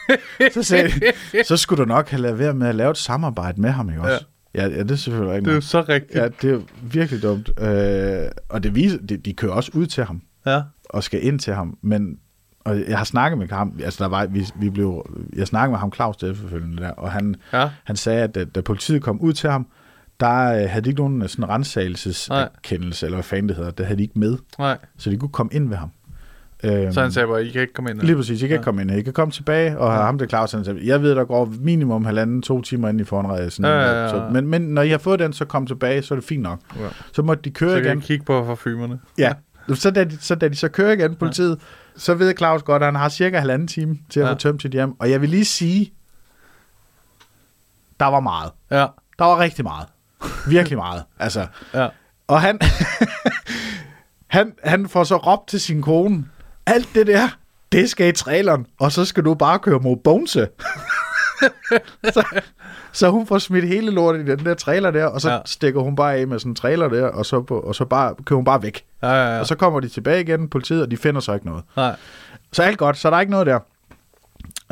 så sagde de, så skulle du nok have lavet være med at lave et samarbejde med ham, ikke også? Ja, ja, ja det er selvfølgelig ikke
Det er jo så rigtigt.
Ja, det er jo virkelig dumt. Øh, og det viser, de, de kører også ud til ham
Ja.
og skal ind til ham, men og jeg har snakket med ham, altså der var, vi, vi blev, jeg snakkede med ham Claus det efterfølgende der, og han,
Ja.
han sagde, at da, da politiet kom ud til ham, der øh, havde de ikke nogen sådan
Nej.
rensagelseskendelse, eller hvad fanden det hedder, det havde de ikke med,
Nej.
så de kunne komme ind ved ham. Øhm,
Så han sagde bare, I kan ikke komme ind. her.
Lige præcis, I kan ikke komme ind, her. I kan komme tilbage, og ja. ham der Claus, han sagde, jeg ved, der går minimum halvanden, to timer ind i forhåndrejsen,
Ja, ja, ja.
så, men, men når I har fået den, så kom tilbage, så er det fint nok. Ja. Så måtte de køre
Så kan
igen.
jeg kigge på parfumerne.
Ja. Så da, de, så da de så kører igen, politiet, ja. så ved Claus godt, at han har cirka halvanden time til at ja.
Ja.
få tømt sit hjem. Og jeg vil lige sige, der var meget.
Ja.
Der var rigtig meget. Virkelig meget. Altså.
Ja.
Og han, han, han får så råbt til sin kone, alt det der, det skal i traileren, og så skal du bare køre mod Bonse. så, så hun får smidt hele lortet i den der trailer der, og så ja.
Ja.
stikker hun bare af med sådan en trailer der, og så, på, og så bare, kører hun bare væk.
Ja, ja, ja.
Og så kommer de tilbage igen, politiet, og de finder så ikke noget.
Nej.
Så alt godt, så der er ikke noget der.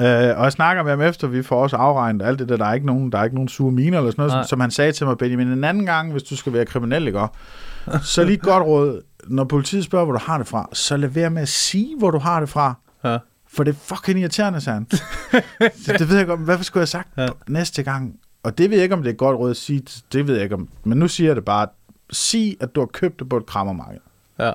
Øh, og jeg snakker med ham efter, vi får også afregnet alt det der, der er ikke nogen, der er ikke nogen sure miner eller sådan noget, som,
Nej.
som, han sagde til mig, Benjamin, en anden gang, hvis du skal være kriminel, ikke også? Så lige et godt råd, når politiet spørger, hvor du har det fra, så lad være med at sige, hvor du har det fra,
Ja.
for det er fucking irriterende, sagde han. det, det ved jeg godt, men hvorfor skulle jeg have sagt ja. næste gang? Og det ved jeg ikke, om det er et godt råd at sige, det ved jeg ikke om, men nu siger jeg det bare, sig, at du har købt det på et krammermarked.
Ja.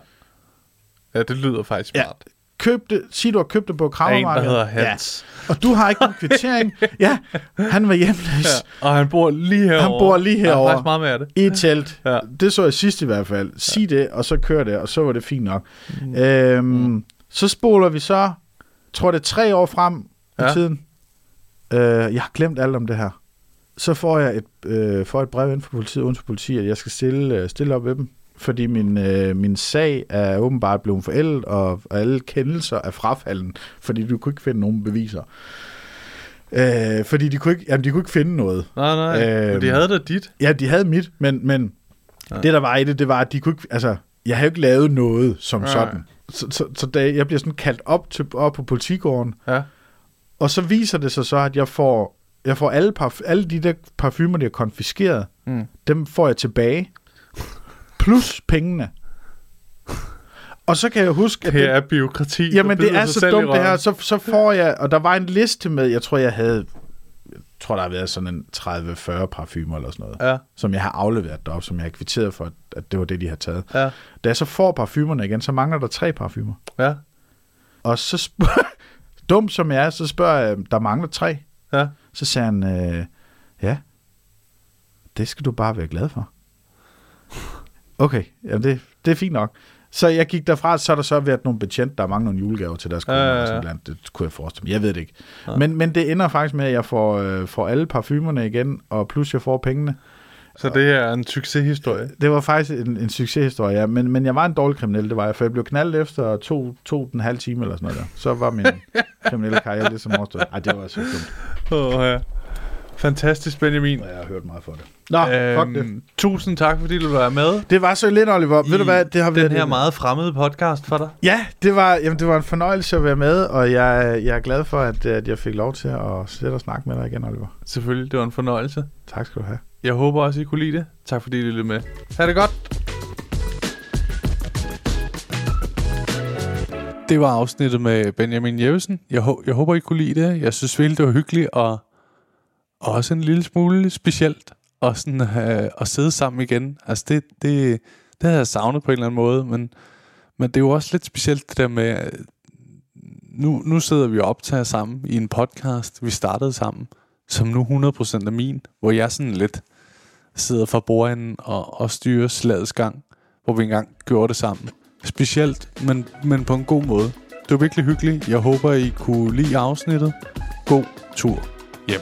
Ja, det lyder faktisk
Ja.
smart.
Køb det, sig du har købt det på
Der er en,
krammermarkedet.
der hedder Hans.
Ja. Og du har ikke en kvittering. ja, han var hjemløs. Ja.
Ja. Og han bor lige herovre.
Han bor lige
Jeg har
herovre.
faktisk meget med af det.
I et telt. Ja.
Ja.
Det så jeg sidst i hvert fald. Sig det, og så kører det, og så var det fint nok. Mm. Øhm, mm. Så spoler vi så, tror det er tre år frem i ja.
Ja.
tiden. Øh, jeg har glemt alt om det her. Så får jeg et, øh, får et brev ind fra politiet, uden for politiet, at jeg skal stille, øh, stille op ved dem. Fordi min, øh, min sag er åbenbart blevet forældet, og, og alle kendelser er frafalden, fordi du kunne ikke finde nogen beviser. Øh, fordi de kunne, ikke, jamen, de kunne ikke finde noget.
Nej, nej.
Øhm.
Men de havde da dit.
Ja, de havde mit, men, men ja. det, der var i det, det var, at de kunne ikke... Altså, jeg havde jo ikke lavet noget som ja.
Nej.
sådan. Så, så, så da jeg bliver sådan kaldt op, til, op på politigården,
Ja.
og så viser det sig så, at jeg får, jeg får alle, parf- alle de der parfumer, de har konfiskeret, mm. dem får jeg tilbage. plus pengene. Og så kan jeg huske, at
Her
den-
er byråkrati. der
Jamen, det
bider
er
sig
så
selv i
dumt, det
røven.
her. Så, så får jeg... Og der var en liste med... Jeg tror, jeg havde... Jeg tror, der har været sådan en 30-40 parfumer eller sådan noget.
Ja.
Som jeg har afleveret derop, som jeg har kvitteret for, at- at det var det, de har taget.
Ja.
Da jeg så får parfumerne igen, så mangler der tre parfumer.
Ja,
Og så spørger... Dum som jeg er, så spørger jeg, der mangler tre.
ja.
Så sagde han, øh, ja, det skal du bare være glad for. Okay, jamen det, det er fint nok. Så jeg gik derfra, så er der så været nogle betjente, der mangler nogle julegaver til deres kunder.
Ja, ja,
Ja,
ja.
ja, ja. Det kunne jeg forestille mig. Jeg ved det ikke. Ja. Men, men det ender faktisk med, at jeg får, øh, får alle parfumerne igen, og plus jeg får pengene.
Så det her er en succeshistorie.
Det var faktisk en, en succeshistorie, ja. men, men jeg var en dårlig kriminel, det var jeg, for jeg blev knaldet efter to, to og en halv time eller sådan noget der. Så var min kriminelle karriere ligesom overstået. Ej, det var så dumt,
Åh, ja. Fantastisk, Benjamin.
og jeg har hørt meget for det. Nå, øhm, fuck det.
Tusind tak, fordi du var med.
Det var så lidt, Oliver. Ved du hvad, det har
den
været
her
en-
meget fremmede podcast for dig.
Ja, det var, jamen, det var en fornøjelse at være med, og jeg, jeg er glad for, at, at jeg fik lov til at sætte og snakke med dig igen, Oliver.
Selvfølgelig, det var en fornøjelse.
Tak skal du have.
Jeg håber også, I kunne lide det. Tak fordi I lyttede med. Ha' det godt!
Det var afsnittet med Benjamin Jeppesen. Jeg, hå- jeg håber, I kunne lide det. Jeg synes virkelig, det var hyggeligt, og og også en lille smule specielt at, sådan, øh, at sidde sammen igen. Altså, det, det, det havde jeg savnet på en eller anden måde, men, men det er jo også lidt specielt det der med, øh, nu, nu sidder vi og optager sammen i en podcast, vi startede sammen, som nu 100% er min, hvor jeg sådan lidt sidder for bordenden og, og styrer slagets gang, hvor vi engang gjorde det sammen. Specielt, men, men på en god måde. Det var virkelig hyggeligt. Jeg håber, I kunne lide afsnittet. God tur hjem.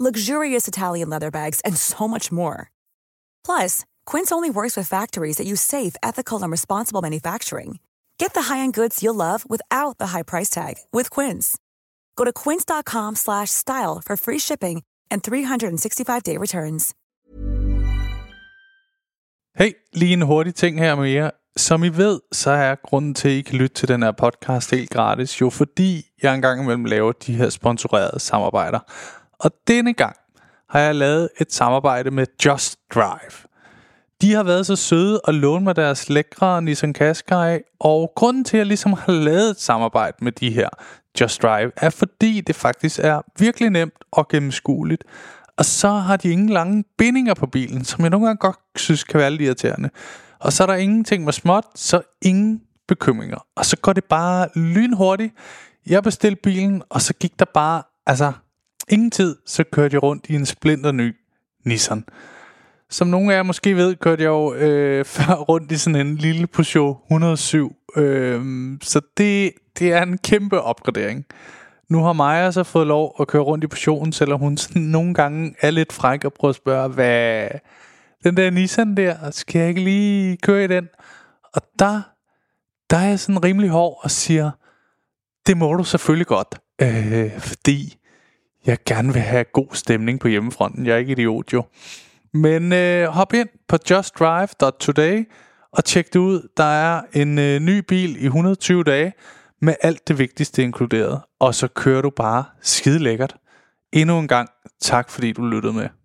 luxurious Italian leather bags, and so much more. Plus, Quince only works with factories that use safe, ethical, and responsible manufacturing. Get the high-end goods you'll love without the high price tag with Quince. Go to quince.com/style slash style for free shipping and 365-day returns.
Hey, lige en hurtig ting her med jer. Som I ved, så er grunden til, at I kan lytte til den her podcast helt gratis, jo fordi jeg engang imellem laver de her sponsorerede samarbejder. Og denne gang har jeg lavet et samarbejde med Just Drive. De har været så søde at låne mig deres lækre Nissan Qashqai, og grunden til, at jeg ligesom har lavet et samarbejde med de her Just Drive, er fordi det faktisk er virkelig nemt og gennemskueligt. Og så har de ingen lange bindinger på bilen, som jeg nogle gange godt synes kan være lidt irriterende. Og så er der ingenting med småt, så ingen bekymringer. Og så går det bare lynhurtigt. Jeg bestilte bilen, og så gik der bare, altså, ingen tid, så kørte jeg rundt i en splinter ny Nissan. Som nogle af jer måske ved, kørte jeg jo øh, før rundt i sådan en lille Peugeot 107. Øh, så det, det er en kæmpe opgradering. Nu har Maja så fået lov at køre rundt i Peugeoten, selvom hun sådan nogle gange er lidt fræk og prøver at spørge, hvad den der Nissan der, skal jeg ikke lige køre i den? Og der, der er jeg sådan rimelig hård og siger, det må du selvfølgelig godt, øh, fordi jeg gerne vil have god stemning på hjemmefronten. Jeg er ikke idiot jo. Men øh, hop ind på justdrive.today og tjek det ud. Der er en øh, ny bil i 120 dage med alt det vigtigste inkluderet. Og så kører du bare skide lækkert. Endnu en gang, tak fordi du lyttede med.